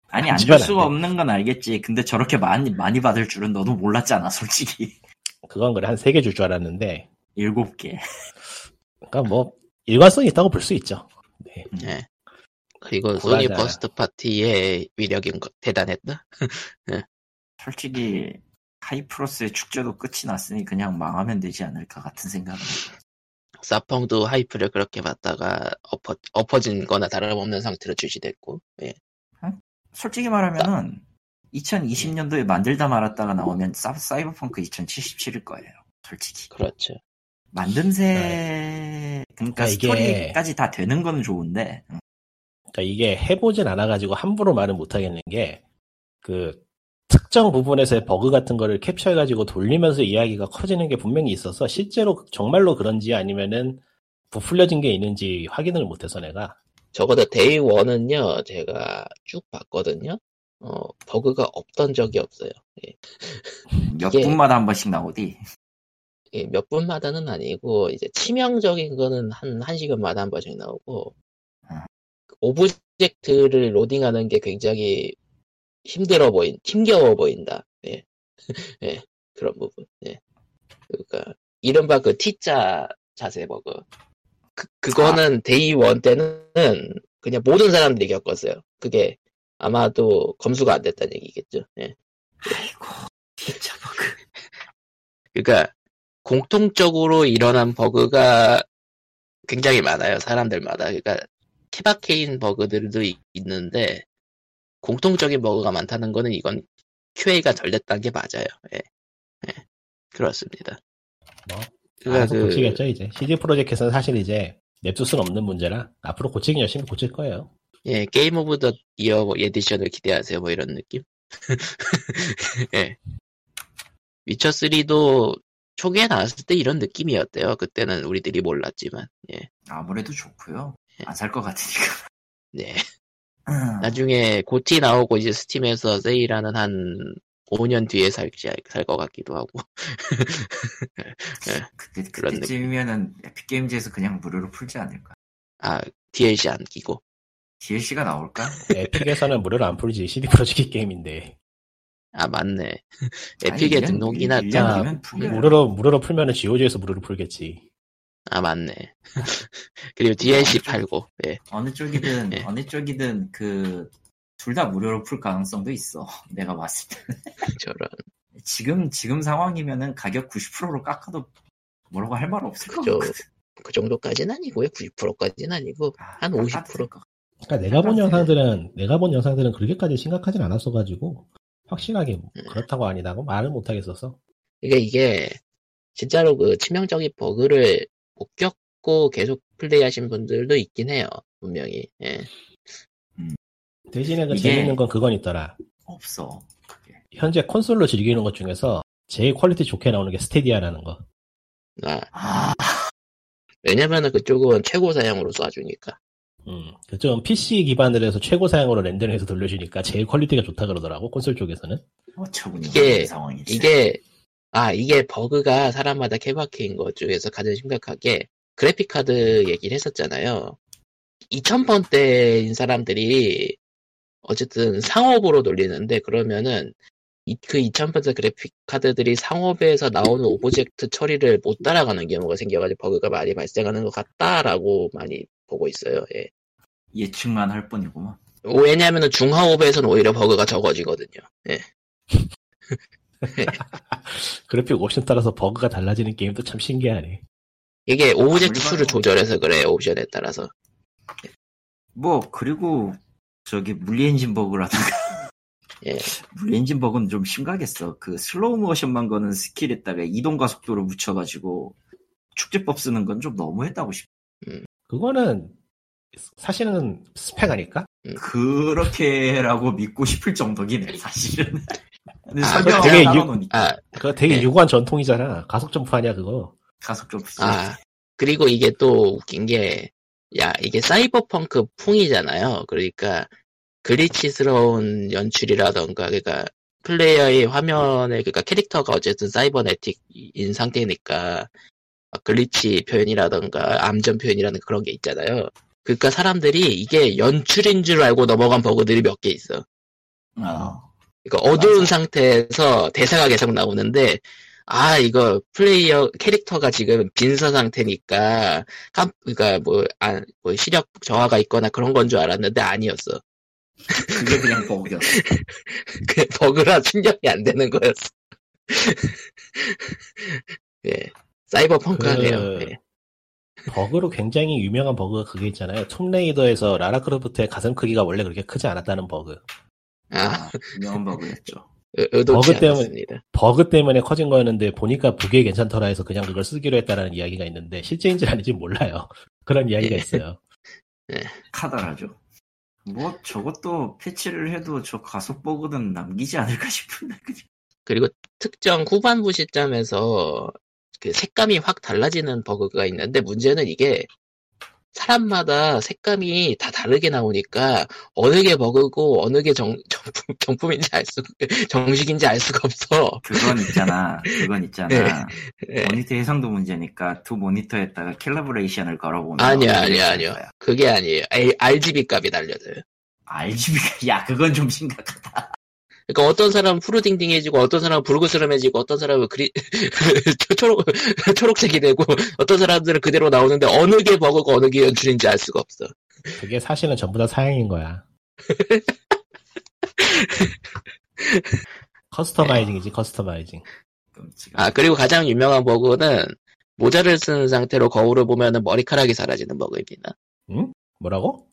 [SPEAKER 3] 아니 안 줄
[SPEAKER 4] 하지만
[SPEAKER 3] 수가
[SPEAKER 4] 안 돼.
[SPEAKER 3] 없는 건 알겠지. 근데 저렇게 많이 많이 받을 줄은 너도 몰랐잖아, 솔직히.
[SPEAKER 4] 그건 그래 한 세 개 줄 줄 알았는데,
[SPEAKER 3] 일곱 개.
[SPEAKER 4] 그러니까 뭐 일관성이 있다고 볼 수 있죠. 네.
[SPEAKER 1] 예. 그리고
[SPEAKER 4] 불안하다.
[SPEAKER 1] 소니 퍼스트 파티의 위력인 거 대단했다.
[SPEAKER 3] 솔직히 하이프로스의 축제도 끝이 났으니 그냥 망하면 되지 않을까 같은 생각은.
[SPEAKER 1] 사펑도 하이프를 그렇게 받다가 엎어, 엎어진 거나 다름없는 상태로 출시됐고, 예.
[SPEAKER 3] 솔직히 말하면은 2020년도에 만들다 말았다가 나오면 사, 사이버펑크 2077일 거예요. 솔직히
[SPEAKER 1] 그렇죠. 네.
[SPEAKER 3] 만듦새 그러니까
[SPEAKER 1] 아,
[SPEAKER 4] 그러니까 이게-
[SPEAKER 3] 스토리까지 다 되는 건 좋은데 음,
[SPEAKER 4] 그러니까 이게 해보진 않아가지고 함부로 말은 못하겠는 게, 그, 특정 부분에서의 버그 같은 거를 캡처해가지고 돌리면서 이야기가 커지는 게 분명히 있어서, 실제로 정말로 그런지 아니면은 부풀려진 게 있는지 확인을 못해서 내가.
[SPEAKER 1] 적어도 데이 원은요 제가 쭉 봤거든요. 어, 버그가 없던 적이 없어요. 예.
[SPEAKER 3] 음, 몇
[SPEAKER 1] 이게-
[SPEAKER 3] 분마다 한 번씩 나오디.
[SPEAKER 1] 예, 몇 분마다는 아니고, 이제 치명적인 거는 한, 한 시간마다 한 번씩 나오고,
[SPEAKER 3] 아.
[SPEAKER 1] 오브젝트를 로딩하는 게 굉장히 힘들어 보인, 힘겨워 보인다. 예. 예, 그런 부분. 예. 그러니까, 이른바 그 T자 자세 버그. 그, 그거는
[SPEAKER 3] 아.
[SPEAKER 1] 데이 원 때는 그냥 모든 사람들이 겪었어요. 그게 아마도 검수가 안 됐다는 얘기겠죠. 예.
[SPEAKER 3] 아이고 진짜 버그.
[SPEAKER 1] 그러니까 공통적으로 일어난 버그가 굉장히 많아요 사람들마다 그러니까 케바케인 버그들도 이- 있는데 공통적인 버그가 많다는 거는 이건 QA가 덜 됐다는 게 맞아요 예, 예. 그렇습니다
[SPEAKER 4] 뭐,
[SPEAKER 1] 그러니까
[SPEAKER 4] 알아서
[SPEAKER 1] 그-
[SPEAKER 4] 고치겠죠, 이제. CD 프로젝트에서는 사실 이제 냅둘 수는 없는 문제라, 앞으로 고치긴 열심히 고칠 거예요.
[SPEAKER 1] 예, 게임 오브 더 이어 뭐 에디션을 기대하세요 뭐 이런 느낌 예. 위쳐 3도 초기에 나왔을 때 이런 느낌이었대요 그때는 우리들이 몰랐지만 예,
[SPEAKER 3] 아무래도 좋고요. 안 살 것 같으니까.
[SPEAKER 1] 네.
[SPEAKER 3] 음,
[SPEAKER 1] 나중에 고티 나오고 이제 스팀에서 세일하는 한 5년 뒤에 살지 살 것 같기도 하고
[SPEAKER 3] 그때
[SPEAKER 1] 예. 그런 느낌.
[SPEAKER 3] 그때쯤이면은 에픽 게임즈에서 그냥 무료로 풀지 않을까.
[SPEAKER 1] 아 DLC 안 끼고
[SPEAKER 3] DLC가 나올까?
[SPEAKER 4] 에픽에서는 무료로 안 풀지, CD 프로젝트 게임인데.
[SPEAKER 1] 아 맞네
[SPEAKER 3] 아니,
[SPEAKER 1] 에픽에
[SPEAKER 3] 일년-
[SPEAKER 1] 등록이나 아,
[SPEAKER 3] 일-
[SPEAKER 1] 자-
[SPEAKER 3] 일년 뒤면 풀려요.
[SPEAKER 4] 무료로, 무료로 풀면은 GOG에서 무료로 풀겠지.
[SPEAKER 1] 아 맞네 그리고 DLC 팔고 예
[SPEAKER 3] 어느 쪽이든
[SPEAKER 1] 예.
[SPEAKER 3] 어느 쪽이든 그 둘 다 무료로 풀 가능성도 있어. 내가 봤을 때
[SPEAKER 1] 저런
[SPEAKER 3] 지금 지금 상황이면은 가격 90%로 깎아도 뭐라고 할 말 없을 것
[SPEAKER 1] 그죠.
[SPEAKER 3] 같거든.
[SPEAKER 1] 그 정도까지는 아니고요 90%까지는 아니고 한 50%.
[SPEAKER 4] 그러니까 내가 본
[SPEAKER 3] 생각해.
[SPEAKER 4] 영상들은 내가 본 영상들은 그렇게까지 심각하진 않았어 가지고 확실하게 뭐
[SPEAKER 1] 음.
[SPEAKER 4] 그렇다고 아니다고 말을 못 하겠어서
[SPEAKER 1] 이게 이게 진짜로 그 치명적인 버그를 못 겪고 계속 플레이하신 분들도 있긴 해요 분명히 예
[SPEAKER 4] 대신에 그
[SPEAKER 3] 이게-
[SPEAKER 4] 재밌는 건 그건 있더라
[SPEAKER 3] 없어. 그게.
[SPEAKER 4] 현재 콘솔로 즐기는 것 중에서 제일 퀄리티 좋게 나오는 게 스테디아라는 거
[SPEAKER 1] 아,
[SPEAKER 3] 아
[SPEAKER 1] 왜냐면은 그쪽은 최고 사양으로 쏴주니까
[SPEAKER 4] 음, 그좀 PC 기반으로 해서 최고 사양으로 렌더링해서 돌려주니까 제일 퀄리티가 좋다 그러더라고 콘솔 쪽에서는
[SPEAKER 3] 어처구니
[SPEAKER 1] 이게-
[SPEAKER 3] 없는 상황이지.
[SPEAKER 1] 이게 아 이게 버그가 사람마다 케바케인 것 중에서 가장 심각하게 그래픽 카드 얘기를 했었잖아요. 2000번대인 사람들이 어쨌든 상업으로 돌리는데 그러면은 이- 그 2000번대 그래픽 카드들이 상업에서 나오는 오브젝트 처리를 못 따라가는 경우가 생겨가지고 버그가 많이 발생하는 것 같다라고 많이 보고 있어요. 예.
[SPEAKER 3] 예측만 할 뿐이구만.
[SPEAKER 1] 왜냐하면 중하업에서는 오히려 버그가 적어지거든요.
[SPEAKER 4] 그래픽 옵션 따라서 버그가 달라지는 게임도 참 신기하네
[SPEAKER 1] 이게 오브젝트
[SPEAKER 3] 아, 물론-
[SPEAKER 1] 수를 조절해서 그래요. 옵션에 따라서.
[SPEAKER 3] 뭐 그리고 저기 물리엔진 버그라다가
[SPEAKER 1] 예.
[SPEAKER 3] 물리엔진 버그는 좀 심각했어 그 슬로우 모션만 거는 스킬에다가 이동 가속도를 붙여가지고 축제법 쓰는 건 좀 너무했다고 싶어
[SPEAKER 4] 그거는 사실은 스펙 아닐까?
[SPEAKER 3] 그렇게라고 믿고 싶을 정도긴 해 사실은 근데
[SPEAKER 1] 아,
[SPEAKER 3] 설명을
[SPEAKER 4] 그게
[SPEAKER 3] 따로
[SPEAKER 4] 유-
[SPEAKER 3] 놓으니까
[SPEAKER 1] 아,
[SPEAKER 4] 그거 되게
[SPEAKER 1] 네.
[SPEAKER 4] 유구한 전통이잖아 가속 점프 아니야 그거
[SPEAKER 3] 가속 좀 붙여
[SPEAKER 1] 아, 그리고 이게 또 웃긴 게, 야, 이게 사이버펑크 풍이잖아요. 그러니까, 글리치스러운 연출이라던가, 그러니까, 플레이어의 화면에, 그러니까 캐릭터가 어쨌든 사이버네틱인 상태니까, 막 글리치 표현이라던가, 암전 표현이라는 그런 게 있잖아요. 그러니까 사람들이 이게 연출인 줄 알고 넘어간 버그들이 몇 개 있어.
[SPEAKER 3] 어.
[SPEAKER 1] 그러니까 어두운
[SPEAKER 3] 맞아.
[SPEAKER 1] 상태에서 대사가 계속 나오는데 아 이거 플레이어 캐릭터가 지금 빈서 상태니까 깜 그러니까 뭐, 아, 뭐 시력 저하가 있거나 그런 건 줄 알았는데 아니었어.
[SPEAKER 3] 그게 그냥 버그였어.
[SPEAKER 1] 그냥 버그라 충격이 안 되는 거였어. 예 사이버펑크하네요.
[SPEAKER 4] 그-
[SPEAKER 1] 예.
[SPEAKER 4] 버그로 굉장히 유명한 버그가 그게 있잖아요. 톰레이더에서 라라 크로프트의 가슴 크기가 원래 그렇게 크지 않았다는 버그.
[SPEAKER 1] 아
[SPEAKER 3] 아, 유명한 버그였죠.
[SPEAKER 1] 의- 의도치
[SPEAKER 4] 버그 때문에-
[SPEAKER 1] 않았습니다.
[SPEAKER 4] 버그 때문에 커진 거였는데 보니까 보기에 괜찮더라 해서 그냥 그걸 쓰기로 했다라는 이야기가 있는데 실제인지 아닌지 몰라요. 그런 이야기가
[SPEAKER 1] 예.
[SPEAKER 4] 있어요.
[SPEAKER 3] 카더라죠. 뭐 저것도 패치를 해도 저 가속 버그는 남기지 않을까 싶은데 그냥.
[SPEAKER 1] 그리고 특정 후반부 시점에서 그 색감이 확 달라지는 버그가 있는데 문제는 이게 사람마다 색감이 다 다르게 나오니까 어느 게 버그고 어느 게 정, 정품, 정품인지 알 수, 정식인지 알 수가 없어.
[SPEAKER 3] 그건 있잖아. 그건 있잖아.
[SPEAKER 1] 예.
[SPEAKER 3] 모니터 해상도 문제니까 두 모니터에다가 캘러브레이션을 걸어보면
[SPEAKER 1] 아니야,
[SPEAKER 3] 어떻게
[SPEAKER 1] 아니야,
[SPEAKER 3] 될
[SPEAKER 1] 아니야.
[SPEAKER 3] 거야.
[SPEAKER 1] 그게 아니에요. A- RGB 값이 달려져요.
[SPEAKER 3] RGB가 야 그건 좀 심각하다.
[SPEAKER 1] 그러니까 어떤 사람은 푸르딩딩해지고 어떤 사람은 붉으스름해지고 어떤 사람은 그리 초- 초록 초록색이 되고 어떤 사람들은 그대로 나오는데 어느 게 버그고 어느 게 연출인지 알 수가 없어.
[SPEAKER 4] 그게 사실은 전부 다 사양인 거야.
[SPEAKER 1] 예.
[SPEAKER 4] 커스터마이징이지 커스터마이징.
[SPEAKER 3] 끔찍하.
[SPEAKER 1] 아 그리고 가장 유명한 버그는 모자를 쓴 상태로 거울을 보면 머리카락이 사라지는 버그입니다.
[SPEAKER 4] 뭐라고?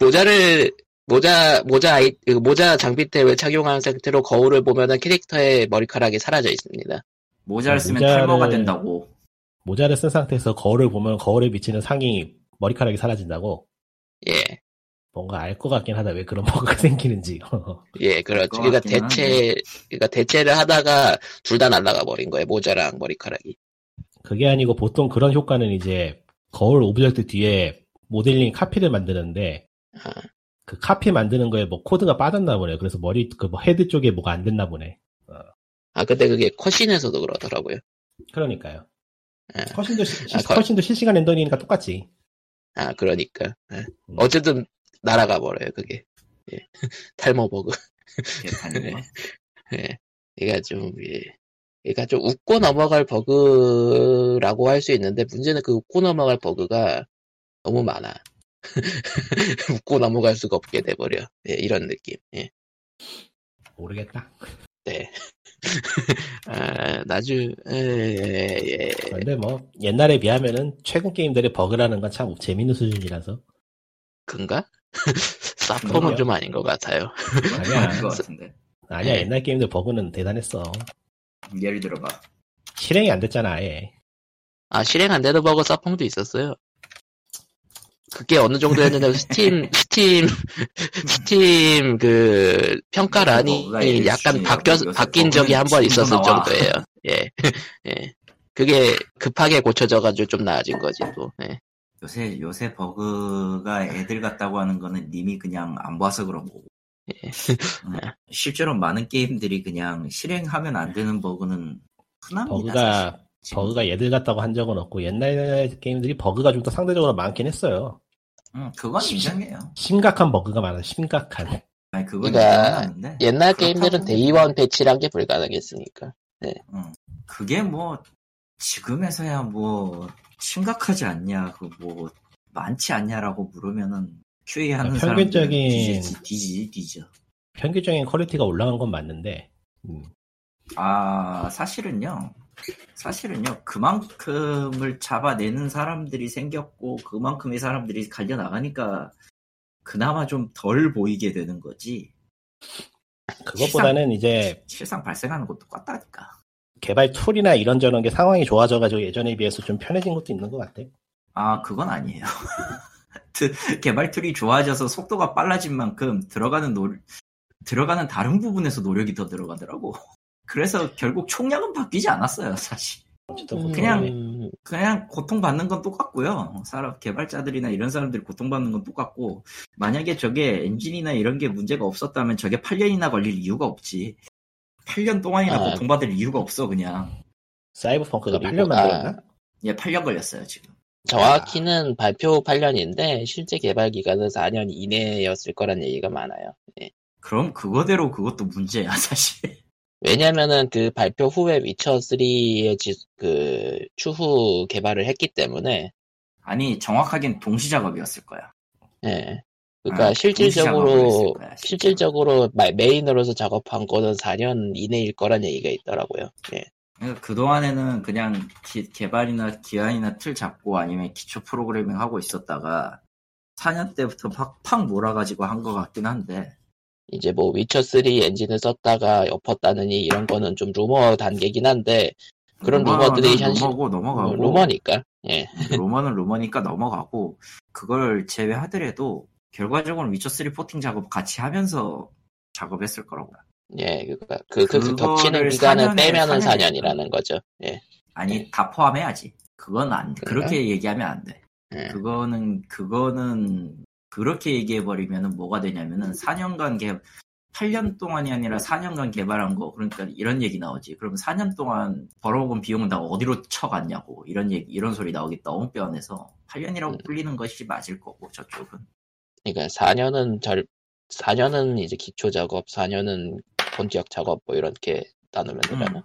[SPEAKER 1] 모자를 모자 모자 아이 그 모자 장비템을 착용한 상태로 거울을 보면은 캐릭터의 머리카락이 사라져 있습니다.
[SPEAKER 3] 모자를
[SPEAKER 4] 아,
[SPEAKER 3] 쓰면
[SPEAKER 4] 모자를-
[SPEAKER 3] 탈모가 된다고.
[SPEAKER 4] 모자를 쓴 상태에서 거울을 보면 거울에 비치는 상이 머리카락이 사라진다고.
[SPEAKER 1] 예.
[SPEAKER 4] 뭔가 알 것 같긴 하다. 왜 그런 버그가 생기는지.
[SPEAKER 1] 예, 그렇죠.
[SPEAKER 3] 그거
[SPEAKER 1] 그러니까
[SPEAKER 3] 같긴
[SPEAKER 1] 대체, 그러니까 대체를 하다가 둘 다 날라가 버린 거예요. 모자랑 머리카락이.
[SPEAKER 4] 그게 아니고 보통 그런 효과는 이제 거울 오브젝트 뒤에 모델링 카피를 만드는데
[SPEAKER 1] 아.
[SPEAKER 4] 그 카피 만드는 거에 뭐 코드가 빠졌나 보네. 그래서 머리 그 뭐 헤드 쪽에 뭐가 안 됐나 보네.
[SPEAKER 1] 아, 근데 그게 컷신에서도 그러더라고요.
[SPEAKER 4] 그러니까요.
[SPEAKER 1] 예.
[SPEAKER 4] 컷신도 시,
[SPEAKER 1] 아, 거-
[SPEAKER 4] 컷신도 실시간 렌더링이니까 똑같지.
[SPEAKER 1] 아, 그러니까. 예. 어쨌든 날아가 버려요, 그게. 예. 탈모 버그. 네.
[SPEAKER 3] 개판인 거.
[SPEAKER 1] 예. 얘가 좀, 예. 얘가 좀 웃고 넘어갈 버그라고 할 수 있는데, 문제는 그 웃고 넘어갈 버그가 너무 많아. 웃고 넘어갈 수가 없게 돼버려. 예, 이런 느낌. 예.
[SPEAKER 4] 모르겠다.
[SPEAKER 1] 네. 아, 나중, 에, 예, 예.
[SPEAKER 4] 근데 뭐 옛날에 비하면은 최근 게임들의 버그라는 건 참 재밌는 수준이라서
[SPEAKER 1] 그런가? 사펑은 좀 아닌 것 같아요.
[SPEAKER 3] 그건 아닌 것 같은데.
[SPEAKER 4] 아니야
[SPEAKER 1] 예.
[SPEAKER 4] 옛날 게임들 버그는 대단했어.
[SPEAKER 3] 예를 들어봐.
[SPEAKER 4] 실행이 안 됐잖아 아예.
[SPEAKER 1] 아, 실행 안 되는 버그 사펑도 있었어요. 그게 어느 정도였냐면 스팀, 스팀, 스팀 그 평가란이
[SPEAKER 3] 뭐가 이렇게
[SPEAKER 1] 약간
[SPEAKER 3] 중요해요?
[SPEAKER 1] 바뀌어,
[SPEAKER 3] 요새
[SPEAKER 1] 바뀐 적이
[SPEAKER 3] 버그는
[SPEAKER 1] 한 번 있었을
[SPEAKER 3] 지금도 나와.
[SPEAKER 1] 정도예요. 예. 예. 그게 급하게 고쳐져가지고 좀 나아진 거지, 또. 예.
[SPEAKER 3] 요새 요새 버그가 애들 같다고 하는 거는 님이 그냥 안 봐서 그런 거고.
[SPEAKER 1] 예.
[SPEAKER 3] 음, 실제로 많은 게임들이 그냥 실행하면 안 되는 버그는 흔합니다. 사실.
[SPEAKER 4] 버그가
[SPEAKER 3] 지금.
[SPEAKER 4] 버그가 얘들 같다고 한 적은 없고 옛날 게임들이 버그가 좀 더 상대적으로 많긴 했어요.
[SPEAKER 3] 음, 그건 인정해요.
[SPEAKER 4] 심각한 버그가 많아. 심각한.
[SPEAKER 3] 아니 그건
[SPEAKER 1] 그러니까
[SPEAKER 3] 인정하는데
[SPEAKER 1] 옛날
[SPEAKER 3] 그렇다고 뭐.
[SPEAKER 1] 게임들은
[SPEAKER 3] 하면-
[SPEAKER 1] 데이원 배치란 게 불가능했으니까.
[SPEAKER 3] 그게 뭐 지금에서야 뭐 심각하지 않냐 그 뭐 많지 않냐라고 물으면은 QA 하는
[SPEAKER 4] 그러니까
[SPEAKER 3] 사람들은
[SPEAKER 4] 평균적인-
[SPEAKER 3] 뒤지지 뒤지지 뒤져.
[SPEAKER 4] 평균적인 퀄리티가 올라간 건 맞는데 음,
[SPEAKER 3] 아 사실은요. 사실은요 그만큼을 잡아내는 사람들이 생겼고 그만큼의 사람들이 갈려 나가니까 그나마 좀 덜 보이게 되는 거지
[SPEAKER 4] 그것보다는 이제
[SPEAKER 3] 실상 발생하는 것도 똑같다니까
[SPEAKER 4] 개발 툴이나 이런저런 게 상황이 좋아져가지고 예전에 비해서 좀 편해진 것도 있는 것 같아.
[SPEAKER 3] 아 그건 아니에요 드- 개발 툴이 좋아져서 속도가 빨라진 만큼 들어가는 노 들어가는 다른 부분에서 노력이 더 들어가더라고 그래서 결국 총량은 바뀌지 않았어요 사실
[SPEAKER 4] 어쨌든
[SPEAKER 1] 음,
[SPEAKER 4] 보통은
[SPEAKER 3] 그냥- 그냥 고통받는 건 똑같고요. 사람, 개발자들이나 이런 사람들이 고통받는 건 똑같고, 만약에 저게 엔진이나 이런 게 문제가 없었다면 저게 8년이나 걸릴 이유가 없지. 8년 동안이나
[SPEAKER 1] 아.
[SPEAKER 3] 고통받을 이유가 없어, 그냥.
[SPEAKER 4] 사이버펑크가
[SPEAKER 1] 그리고- 아.
[SPEAKER 4] 8년 만들었나?
[SPEAKER 3] 예, 8년 걸렸어요, 지금.
[SPEAKER 1] 정확히는 발표 8년인데 실제 개발 기간은 4년 이내였을 거란 얘기가 많아요. 예.
[SPEAKER 3] 그럼 그거대로 그것도 문제야 사실.
[SPEAKER 1] 왜냐면은 그 발표 후에 위쳐 3의 그 추후 개발을 했기 때문에
[SPEAKER 3] 아니 정확하긴 동시 작업이었을 거야.
[SPEAKER 1] 예. 그러니까
[SPEAKER 3] 아, 동시 작업을 했을
[SPEAKER 1] 실질적으로
[SPEAKER 3] 거야, 실제로.
[SPEAKER 1] 실질적으로 마- 메인으로서 작업한 거는 4년 이내일 거란 얘기가 있더라고요. 예.
[SPEAKER 3] 그러니까 그동안에는 그냥 기- 개발이나 기한이나 틀 잡고 아니면 기초 프로그래밍 하고 있었다가 4년 때부터 팍, 팍 몰아가지고 한 것 같긴 한데
[SPEAKER 1] 이제 뭐 위쳐 3 엔진을 썼다가 엎었다느니 이런 거는 좀 루머 단계긴 한데 그런
[SPEAKER 3] 루머는
[SPEAKER 1] 루머들이 현실- 음,
[SPEAKER 3] 루머고 넘어가고
[SPEAKER 1] 루머니까. 예.
[SPEAKER 3] 루머는 루머니까 넘어가고 그걸 제외하더라도 결과적으로 위쳐 3 포팅 작업 같이 하면서 작업했을 거라고
[SPEAKER 1] 예, 그러니까 그, 그, 그
[SPEAKER 3] 그거를
[SPEAKER 1] 겹치는 기간을
[SPEAKER 3] 4년에
[SPEAKER 1] 빼면은
[SPEAKER 3] 4년이니까.
[SPEAKER 1] 4년이라는 거죠. 예.
[SPEAKER 3] 아니 다 포함해야지 그건 안
[SPEAKER 1] 그래요?
[SPEAKER 3] 그렇게 얘기하면 안 돼.
[SPEAKER 1] 예.
[SPEAKER 3] 그거는 그거는 그렇게 얘기해 버리면은 뭐가 되냐면은 4년간 개 8년 동안이 아니라 4년간 개발한 거 그러니까 이런 얘기 나오지. 그럼 4년 동안 벌어온 비용은 다 어디로 쳐갔냐고 이런 얘기 이런 소리 나오겠다. 엉뼈안에서 8년이라고
[SPEAKER 1] 네.
[SPEAKER 3] 불리는 것이 맞을 거고 저쪽은
[SPEAKER 1] 그러니까 4년은 절 4년은 이제 기초 작업, 4년은 본격 작업 뭐 이렇게 나누면 되려나?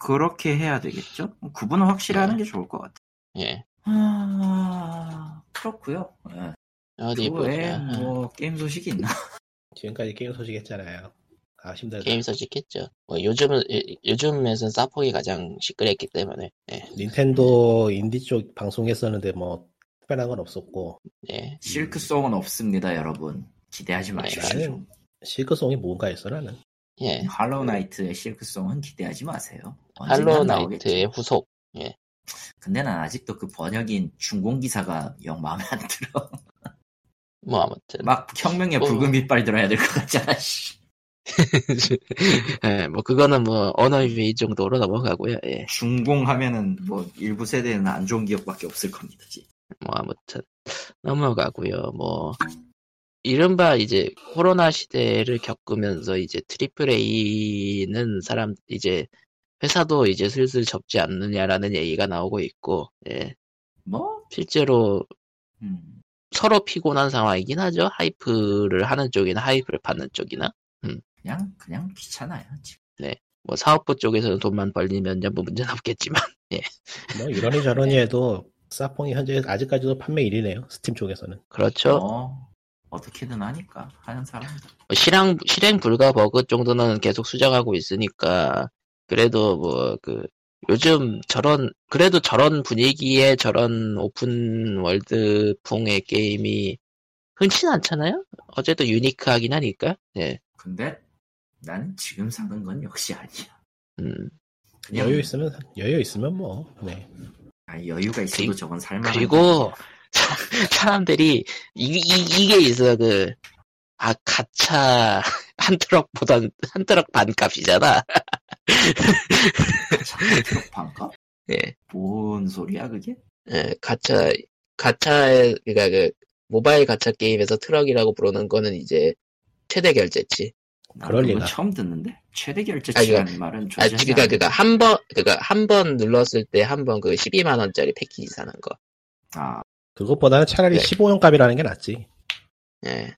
[SPEAKER 3] 그렇게 해야 되겠죠. 구분을 확실히 하는
[SPEAKER 1] 네.
[SPEAKER 3] 게 좋을 것 같아.
[SPEAKER 1] 예.
[SPEAKER 3] 아 그렇고요. 예.
[SPEAKER 1] 어디
[SPEAKER 3] 그 외에
[SPEAKER 1] 보자.
[SPEAKER 3] 뭐 게임 소식이 있나?
[SPEAKER 4] 지금까지 게임 소식 했잖아요. 아, 힘들다.
[SPEAKER 1] 게임 소식했죠. 뭐 요즘은 요- 요즘에선 사폭이 가장 시끄럽기 때문에. 예.
[SPEAKER 4] 닌텐도 인디 쪽 방송했었는데 뭐 특별한 건 없었고
[SPEAKER 1] 예.
[SPEAKER 3] 실크송은 없습니다, 여러분.
[SPEAKER 1] 네.
[SPEAKER 3] 기대하지 마십시오.
[SPEAKER 4] 나는 실크송이 뭔가 했어 나는.
[SPEAKER 1] 예.
[SPEAKER 3] 할로우 나이트의 실크송은 기대하지 마세요. 언젠간
[SPEAKER 1] 할로우
[SPEAKER 3] 나오겠죠.
[SPEAKER 1] 나이트의 후속.
[SPEAKER 3] 근데 난 아직도 그 번역인 중공 기사가 영 마음에 안 들어.
[SPEAKER 1] 뭐 아무튼.
[SPEAKER 3] 막 혁명의
[SPEAKER 1] 어.
[SPEAKER 3] 붉은 빛발이 들어야 될 것 같잖아. 씨.
[SPEAKER 1] 예, 뭐 그거는 뭐 언어의 위 정도로 넘어가고요. 예.
[SPEAKER 3] 중공 하면은 뭐 일부 세대에는 안 좋은 기억밖에 없을 겁니다. 지.
[SPEAKER 1] 뭐 아무튼 넘어가고요. 뭐 이른바 이제 코로나 시대를 겪으면서 이제 트리플 A는 사람 이제 회사도 이제 슬슬 접지 않느냐라는 얘기가 나오고 있고 예.
[SPEAKER 3] 뭐?
[SPEAKER 1] 실제로
[SPEAKER 3] 음.
[SPEAKER 1] 서로 피곤한 상황이긴 하죠. 하이프를 하는 쪽이나 하이프를 받는 쪽이나
[SPEAKER 3] 그냥 그냥 귀찮아요. 지금.
[SPEAKER 1] 뭐 사업부 쪽에서는 돈만 벌리면 뭐 문제는 없겠지만
[SPEAKER 4] 뭐 이러니 저러니 해도 사폰이 현재 아직까지도 판매 1위네요. 스팀 쪽에서는.
[SPEAKER 1] 그렇죠.
[SPEAKER 3] 뭐 어떻게든 하니까 하는 사람.
[SPEAKER 1] 뭐 실행, 실행 불가 버그 정도는 계속 수정하고 있으니까, 그래도 뭐, 그, 요즘 저런, 그래도 저런 분위기에 저런 오픈 월드풍의 게임이 흔치 는 않잖아요? 어제도 유니크하긴 하니까, 예.
[SPEAKER 3] 근데 난 지금 사는 건 역시 아니야.
[SPEAKER 1] 음.
[SPEAKER 3] 그냥
[SPEAKER 4] 여유 있으면 여유 있으면 뭐. 네.
[SPEAKER 3] 아니, 여유가 있어도
[SPEAKER 1] 그리-
[SPEAKER 3] 저건 살만한.
[SPEAKER 1] 그리고, 사람들이, 이, 이, 이게 있어, 그, 아, 가차, 한 트럭보단, 한 트럭 반 값이잖아.
[SPEAKER 3] 트럭 반값?
[SPEAKER 1] 예.
[SPEAKER 3] 뭔 소리야 그게?
[SPEAKER 1] 예, 가차, 가차의, 그니까 그, 모바일 가차 게임에서 트럭이라고 부르는 거는 이제 최대 결제치.
[SPEAKER 3] 나
[SPEAKER 4] 그럴
[SPEAKER 3] 그건
[SPEAKER 4] 리가.
[SPEAKER 3] 처음 듣는데 최대
[SPEAKER 1] 아니, 그러니까-
[SPEAKER 3] 결제치라는 말은
[SPEAKER 1] 아,
[SPEAKER 3] 존재하지
[SPEAKER 1] 그니까,
[SPEAKER 3] 않아.
[SPEAKER 1] 그니까, 한 번, 그니까, 한 번 눌렀을 때 한 번 그 12만원짜리 패키지 사는 거.
[SPEAKER 3] 아,
[SPEAKER 4] 그것보다는 차라리
[SPEAKER 1] 네.
[SPEAKER 4] 15년 값이라는 게 낫지.
[SPEAKER 1] 예.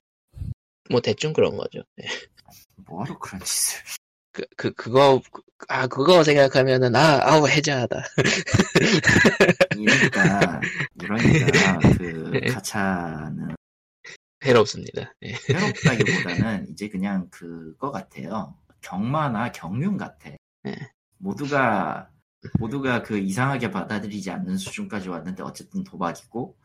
[SPEAKER 1] 뭐, 대충 그런 거죠. 예.
[SPEAKER 3] 뭐하러 그런 짓을?
[SPEAKER 1] 그, 그, 그거, 그- 아, 그거 생각하면은, 아, 아우, 해자하다.
[SPEAKER 3] 이러니까 이러니까 그
[SPEAKER 1] 예.
[SPEAKER 3] 가차는
[SPEAKER 1] 해롭습니다. 예.
[SPEAKER 3] 괴롭다기보다는 이제 그냥 그거 같아요. 경마나 경륜 같아.
[SPEAKER 1] 예.
[SPEAKER 3] 모두가 모두가 그 이상하게 받아들이지 않는 수준까지 왔는데 어쨌든 도박이고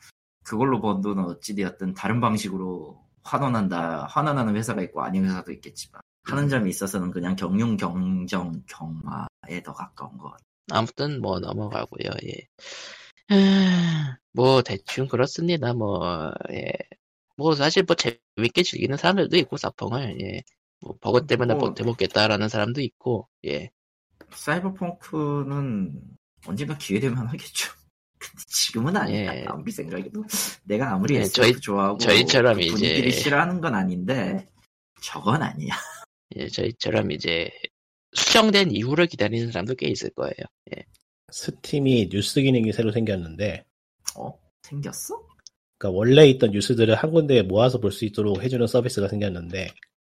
[SPEAKER 3] 그걸로 번 돈은 어찌되었든 다른 방식으로 환원한다 환원하는 회사가 있고 아닌 회사도 있겠지만 하는 점이 있어서는 그냥 경륜 경정 경마에 더 가까운 것 같아.
[SPEAKER 1] 아무튼, 뭐, 넘어가고요, 예.
[SPEAKER 3] 아.
[SPEAKER 1] 하, 뭐, 대충 그렇습니다, 뭐, 예. 뭐, 사실 뭐, 재밌게 즐기는 사람들도 있고, 사펑을, 예. 뭐, 버거 때문에
[SPEAKER 3] 뭐.
[SPEAKER 1] 버텨먹겠다라는 사람도 있고, 예.
[SPEAKER 3] 사이버펑크는 언젠가 기회 되면 하겠죠. 근데 지금은 아니야.
[SPEAKER 1] 예.
[SPEAKER 3] 아무리 생각해도 내가 아무리
[SPEAKER 1] 예,
[SPEAKER 3] SF
[SPEAKER 1] 저희-
[SPEAKER 3] 좋아하고
[SPEAKER 1] 저희처럼
[SPEAKER 3] 그
[SPEAKER 1] 이제- 네.
[SPEAKER 3] 분위기를 싫어하는 건 아닌데 저건 아니야.
[SPEAKER 1] 예, 저희처럼 이제, 수정된 이후를 기다리는 사람도 꽤 있을 거예요.
[SPEAKER 4] 스팀이 뉴스 기능이 새로 생겼는데
[SPEAKER 3] 어? 생겼어?
[SPEAKER 4] 그러니까 원래 있던 뉴스들을 한 군데에 모아서 볼 수 있도록 해주는 서비스가 생겼는데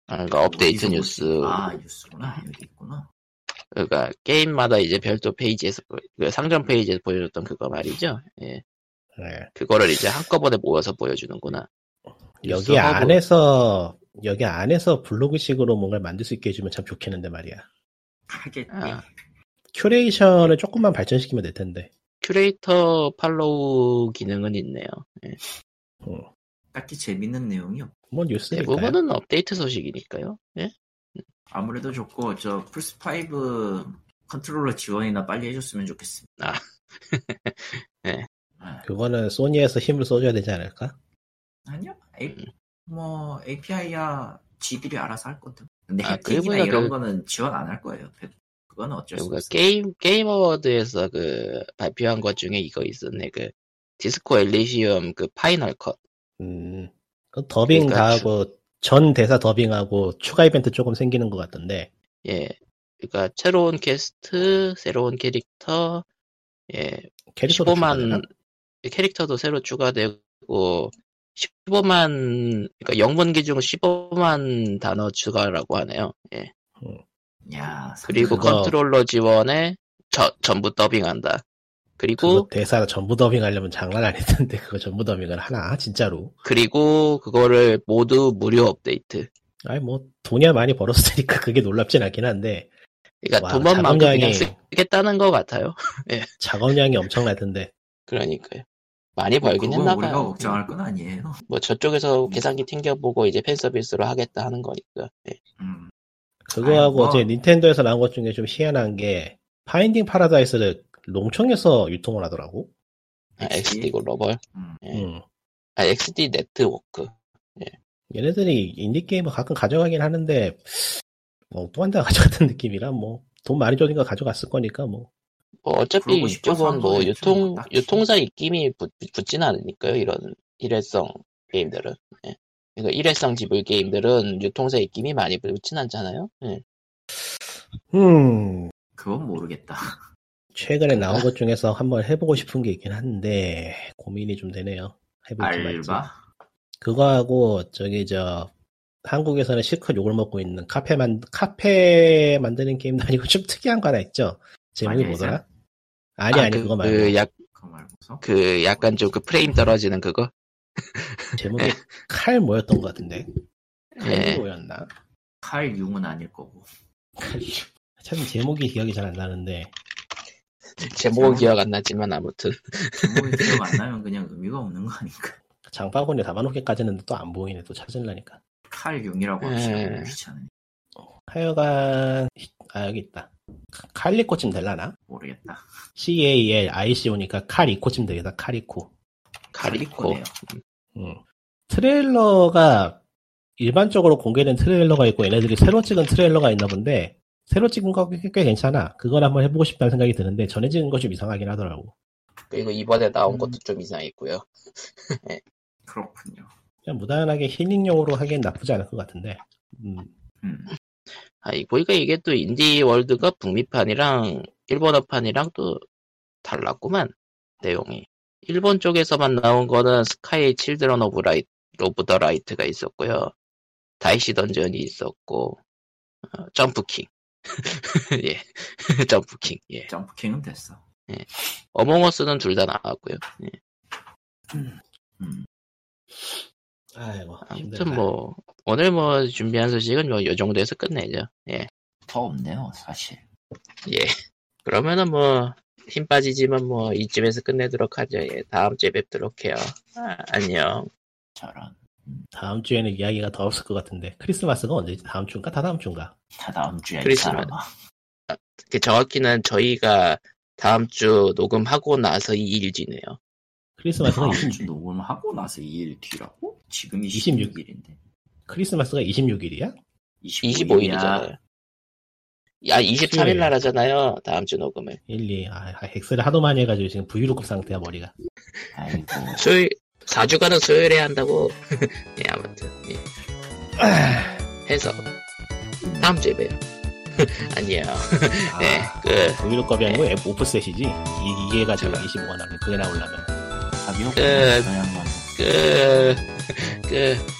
[SPEAKER 1] 그러니까 업데이트
[SPEAKER 3] 어디서
[SPEAKER 1] 뉴스
[SPEAKER 3] 보지? 아 뉴스구나 여기 있구나.
[SPEAKER 1] 그러니까 게임마다 이제 별도 페이지에서 보- 그 상점 페이지에서 보여줬던 그거 말이죠. 예.
[SPEAKER 4] 예.
[SPEAKER 1] 그거를 이제 한꺼번에 모아서 보여주는구나.
[SPEAKER 4] 여기
[SPEAKER 1] 뉴스하고-
[SPEAKER 4] 안에서 여기 안에서 블로그식으로 뭔가를 만들 수 있게 해주면 참 좋겠는데 말이야.
[SPEAKER 3] 하겠지.
[SPEAKER 1] 아.
[SPEAKER 4] 큐레이션을 조금만 발전시키면 될 텐데.
[SPEAKER 1] 큐레이터 팔로우 기능은 있네요.
[SPEAKER 3] 딱히 재밌는 내용이 없.
[SPEAKER 4] 뭐 어. 뉴스니까요.
[SPEAKER 1] 대부분은 업데이트 소식이니까요. 예?
[SPEAKER 3] 아무래도 좋고 저 플스 5 컨트롤러 지원이나 빨리 해줬으면 좋겠습니다.
[SPEAKER 1] 아. 네.
[SPEAKER 3] 아,
[SPEAKER 4] 그거는 소니에서 힘을 써줘야 되지 않을까?
[SPEAKER 3] 아니요. A,
[SPEAKER 1] 음.
[SPEAKER 3] 뭐 API야 지들이 알아서 할 건데. 근데
[SPEAKER 1] 아,
[SPEAKER 3] 햅틱이나
[SPEAKER 1] 그거보다
[SPEAKER 3] 이런
[SPEAKER 1] 그-
[SPEAKER 3] 거는 지원 안 할 거예요. 백- 그거는 어쩔 수
[SPEAKER 1] 그러니까
[SPEAKER 3] 없어.
[SPEAKER 1] 게임 게임 어워드에서 그 발표한 것 중에 이거 있었네. 그 디스코 엘리시움 그 파이널 컷.
[SPEAKER 4] 음, 그 더빙
[SPEAKER 1] 그러니까
[SPEAKER 4] 다 하고 전 대사 더빙하고 추가 이벤트 조금 생기는 것 같던데.
[SPEAKER 1] 예. 그러니까 새로운 캐스트, 새로운 캐릭터, 예,
[SPEAKER 4] 캐릭터도
[SPEAKER 1] 15만 캐릭터도 새로 추가되고 15만 그러니까 영문 기준 15만 단어 추가라고 하네요. 예.
[SPEAKER 3] 야,
[SPEAKER 1] 그리고
[SPEAKER 4] 그거-
[SPEAKER 1] 컨트롤러 지원에 저- 전부 더빙한다.
[SPEAKER 4] 그
[SPEAKER 1] 그리고
[SPEAKER 4] 대사 전부 더빙하려면 장난 아닐 텐데 그거 전부 더빙을 하나 진짜로.
[SPEAKER 1] 그리고 그거를 모두 무료 업데이트.
[SPEAKER 4] 아니 뭐 돈이야 많이 벌었으니까 그게 놀랍진 않긴 한데
[SPEAKER 1] 그러니까
[SPEAKER 4] 와,
[SPEAKER 1] 돈만큼 그냥
[SPEAKER 4] 작업량이-
[SPEAKER 1] 쓰겠다는 것 같아요.
[SPEAKER 4] 작업량이 엄청날 텐데.
[SPEAKER 1] 그러니까요. 많이 벌긴
[SPEAKER 3] 그거
[SPEAKER 1] 했나
[SPEAKER 3] 우리가
[SPEAKER 1] 봐요. 음.
[SPEAKER 3] 걱정할 음. 건 아니에요.
[SPEAKER 1] 뭐 저쪽에서 계산기 튕겨보고 이제 팬 서비스로 하겠다 하는 거니까. 예.
[SPEAKER 3] 음.
[SPEAKER 4] 그거하고
[SPEAKER 3] 아이고.
[SPEAKER 4] 어제 닌텐도에서 나온 것 중에 좀 희한한 게 파인딩 파라다이스를 농촌에서 유통을 하더라고.
[SPEAKER 1] 아,
[SPEAKER 3] XD.
[SPEAKER 1] XD 글로벌.
[SPEAKER 3] 음.
[SPEAKER 1] 예.
[SPEAKER 4] 음.
[SPEAKER 1] 아, XD 네트워크.
[SPEAKER 4] 얘네들이 인디 게임을 가끔 가져가긴 하는데 뭐, 엉뚱한 데 가져갔던 느낌이라 뭐 돈 많이 주니까 가져갔을 거니까 뭐
[SPEAKER 1] 뭐 어차피
[SPEAKER 3] 그러고 싶어서
[SPEAKER 1] 이쪽은
[SPEAKER 3] 한
[SPEAKER 1] 뭐
[SPEAKER 3] 번에
[SPEAKER 1] 유통
[SPEAKER 3] 주는 거 딱히.
[SPEAKER 1] 유통사 입김이 붙, 붙진 않으니까요. 이런 일회성 게임들은. 예. 그러니까 일회성 지불 게임들은 유통사 입김이 많이 붙진 않잖아요. 예.
[SPEAKER 4] 음,
[SPEAKER 3] 그건 모르겠다.
[SPEAKER 4] 최근에 나온 것 중에서 한번 해보고 싶은 게 있긴 한데 고민이 좀 되네요. 해볼지 말지.
[SPEAKER 3] 알바?
[SPEAKER 4] 그거하고 저기 저 한국에서는 실컷 욕을 먹고 있는 카페 만 카페 만드는 게임도 아니고 좀 특이한 거 하나 있죠. 제목이
[SPEAKER 3] 마녀의
[SPEAKER 4] 뭐더라?
[SPEAKER 3] 산?
[SPEAKER 4] 아니
[SPEAKER 1] 아,
[SPEAKER 4] 아니
[SPEAKER 1] 그-
[SPEAKER 4] 그거 말고
[SPEAKER 1] 그, 약,
[SPEAKER 3] 그거 말고서?
[SPEAKER 1] 그 약간 좀 그 프레임 떨어지는 그거.
[SPEAKER 4] 제목이 칼 뭐였던 것 같은데
[SPEAKER 1] 예.
[SPEAKER 4] 칼 뭐였나?
[SPEAKER 3] 칼 융은 아닐 거고.
[SPEAKER 4] 참 제목이 기억이 잘 안 나는데
[SPEAKER 1] 제목은
[SPEAKER 3] 제목?
[SPEAKER 1] 기억 안 나지만 아무튼
[SPEAKER 3] 제목이 기억 안 나면 그냥 의미가 없는 거 아닌가.
[SPEAKER 4] 장바구니에 담아놓기까지는 또 안 보이네 또 찾으려니까
[SPEAKER 3] 칼 융이라고
[SPEAKER 1] 음.
[SPEAKER 3] 하시면 귀찮으니
[SPEAKER 4] 하여간 아 여기 있다 칼리코쯤 될라나?
[SPEAKER 3] 모르겠다.
[SPEAKER 4] C A L I C O니까 칼이코쯤 되겠다 칼이코
[SPEAKER 1] 가리코.
[SPEAKER 3] 칼리코네요.
[SPEAKER 4] 음. 트레일러가 일반적으로 공개된 트레일러가 있고 얘네들이 새로 찍은 트레일러가 있나 본데 새로 찍은 거 꽤 괜찮아. 그걸 한번 해보고 싶다는 생각이 드는데 전에 찍은 거 좀 이상하긴 하더라고.
[SPEAKER 1] 그리고 이번에 나온
[SPEAKER 3] 음.
[SPEAKER 1] 것도 좀 이상했고요.
[SPEAKER 3] 그렇군요.
[SPEAKER 4] 그냥 무난하게 힐링용으로 하기엔 나쁘지 않을 것 같은데. 음,
[SPEAKER 3] 음.
[SPEAKER 1] 아, 이- 보니까 이게 또 인디 월드가 북미판이랑 일본어판이랑 또 달랐구만. 내용이. 일본 쪽에서만 나온 거는 스카이 칠드런 오브 라이, 오브 더 라이트가 있었고요. 다이시 던전이 있었고, 어, 점프킹. 예. 점프킹. 예.
[SPEAKER 3] 점프킹은 됐어.
[SPEAKER 1] 어몽어스는 둘 다 나왔고요. 예.
[SPEAKER 3] 음.
[SPEAKER 4] 아이고
[SPEAKER 1] 아무튼
[SPEAKER 4] 힘들다.
[SPEAKER 1] 뭐, 오늘 뭐 준비한 소식은 뭐 요 정도에서 끝내죠. 예.
[SPEAKER 3] 더 없네요, 사실.
[SPEAKER 1] 예. 그러면은 뭐, 힘 빠지지만 뭐, 이쯤에서 끝내도록 하죠. 예. 다음 주에 뵙도록 해요. 아, 안녕.
[SPEAKER 3] 저런.
[SPEAKER 4] 다음 주에는 이야기가 더 없을 것 같은데 크리스마스가 언제지? 다음 주인가? 다다음 주인가?
[SPEAKER 3] 다 다음 주에 이
[SPEAKER 1] 크리스마스.
[SPEAKER 3] 사람아.
[SPEAKER 1] 그 정확히는 저희가 다음 주 녹음하고 나서 이 일지네요. 아,
[SPEAKER 4] 크리스마스가
[SPEAKER 3] 다음
[SPEAKER 4] 20,
[SPEAKER 3] 주 녹음하고 나서 2일 뒤라고? 지금이
[SPEAKER 4] 26.
[SPEAKER 3] 26일인데.
[SPEAKER 4] 크리스마스가 26일이야?
[SPEAKER 1] 25일이잖아요. 야, 23일 날 하잖아요. 다음 주 녹음을.
[SPEAKER 4] 1, 2. 아, 엑스를 하도 많이 해가지고 지금 브이로그 상태야 머리가.
[SPEAKER 3] 아이고.
[SPEAKER 1] 수요일, 4주간은 수요일에 한다고. 예, 아무튼. 예. 해서. 다음 주에 봬요. 안녕.
[SPEAKER 4] 아.
[SPEAKER 1] 네, 끝.
[SPEAKER 4] 브이로그업이 아니고 앱 오프셋이지 이- 이게 가지고 25가 나오면 그게 나오려면
[SPEAKER 3] 가격
[SPEAKER 1] 예.
[SPEAKER 3] 전혀 안 맞아.
[SPEAKER 1] 끝. 끝.